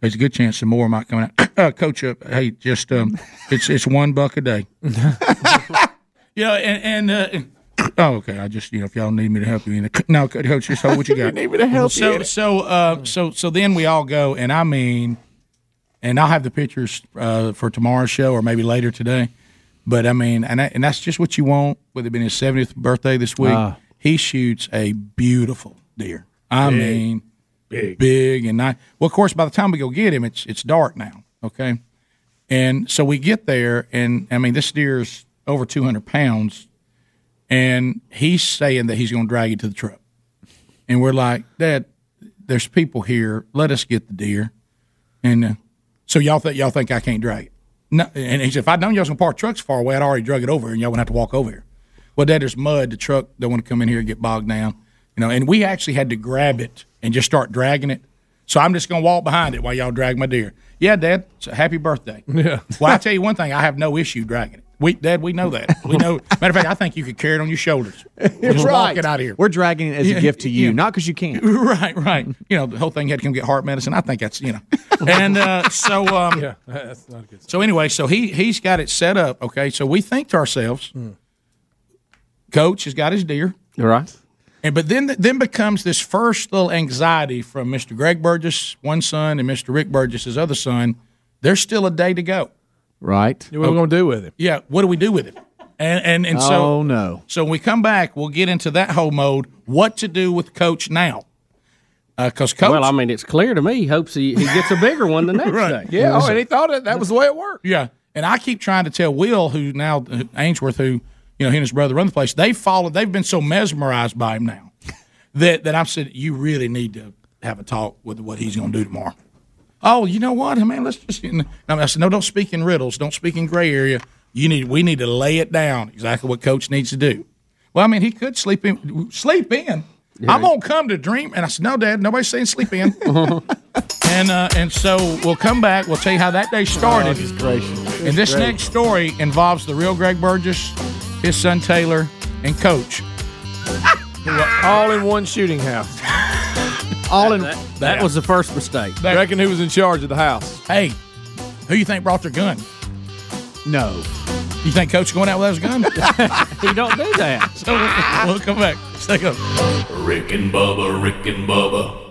S3: there's a good chance some more might come out. <coughs> Uh, coach up, hey, just um, it's it's one buck a day. <coughs> Yeah, and and uh, oh, okay. I just you know if y'all need me to help you, in the, no, coach, just hold what you
S6: <laughs>
S3: got.
S6: You need me to help
S3: so,
S6: you.
S3: So uh, so so then we all go, and I mean, and I'll have the pictures uh, for tomorrow's show or maybe later today. But I mean, and I, and that's just what you want. With it being his seventieth birthday this week,
S6: Ah.
S3: he shoots a beautiful deer. I
S6: Big.
S3: mean,
S6: Big.
S3: big and nice. Well, of course, by the time we go get him, it's it's dark now. Okay, and so we get there, and I mean, this deer's over two hundred pounds, and he's saying that he's going to drag it to the truck, and we're like, Dad, there's people here. Let us get the deer, and uh, so y'all think y'all think I can't drag it. No, and he said, if I'd known y'all was gonna park trucks far away, I'd already drug it over, here and y'all wouldn't have to walk over here. Well, Dad, there's mud. The truck don't want to come in here and get bogged down, you know. And we actually had to grab it and just start dragging it. So I'm just gonna walk behind it while y'all drag my deer. Yeah, Dad. So
S4: <laughs>
S3: happy birthday.
S6: Yeah.
S3: Well, I tell you one thing, I have no issue dragging it. We, Dad, we know that. We know. Matter of fact, I think you could carry it on
S4: <laughs>
S3: your shoulders. Just walk it out of here.
S4: We're dragging it as
S3: Yeah,
S4: a gift to you,
S3: yeah.
S4: not because you can.
S3: <laughs> Right, right. You know, the whole thing had to come get heart medicine. I think that's you know. And uh, so, um,
S6: <laughs> That's not good.
S3: so anyway, so he he's got it set up. Okay, so we think to ourselves,
S6: Hmm.
S3: Coach has got his deer,
S13: right?
S3: And but then then becomes this first little anxiety from Mr. Greg Burgess, one son, and Mr. Rick Burgess, his other son. There's still a day to go.
S13: Right.
S6: What are we going to do with him?
S3: Yeah, what do we do with it? And and and so
S6: Oh,
S4: no.
S3: So when we come back, we'll get into that whole mode. What to do with Coach now? Because Coach,
S13: Well, I mean, it's clear to me. He hopes he, he gets a
S3: <laughs>
S13: bigger one the next
S3: Right.
S13: day.
S3: Yeah, oh, and
S6: He thought that, that was the way it worked.
S3: Yeah, and I keep trying to tell Will, who now who- Ainsworth, who you know, he and his brother run the place. They've followed. They've been so mesmerized by him now that that I've said you really need to have a talk with what he's going to do tomorrow. Oh, you know what, man? Let's just. You know, I, mean, I said no. Don't speak in riddles. Don't speak in gray area. You need. We need to lay it down. Exactly what coach needs to do. Well, I mean, he could sleep in. Sleep in. I'm gonna come to dream. And I said, no, Dad. Nobody's saying sleep in. and uh, and so we'll come back. We'll tell you how that day started. And this
S6: Great.
S3: next story involves the real Greg Burgess, his son Taylor, and Coach.
S6: All in one shooting house.
S4: All in.
S13: That, that was the first mistake.
S6: I reckon who was in charge of the house?
S3: Hey, who you think brought their gun?
S4: No.
S3: You think Coach going out with his gun? <laughs>
S13: he don't do that.
S3: so we'll, we'll come back. Stay up.
S8: Rick and Bubba, Rick and Bubba.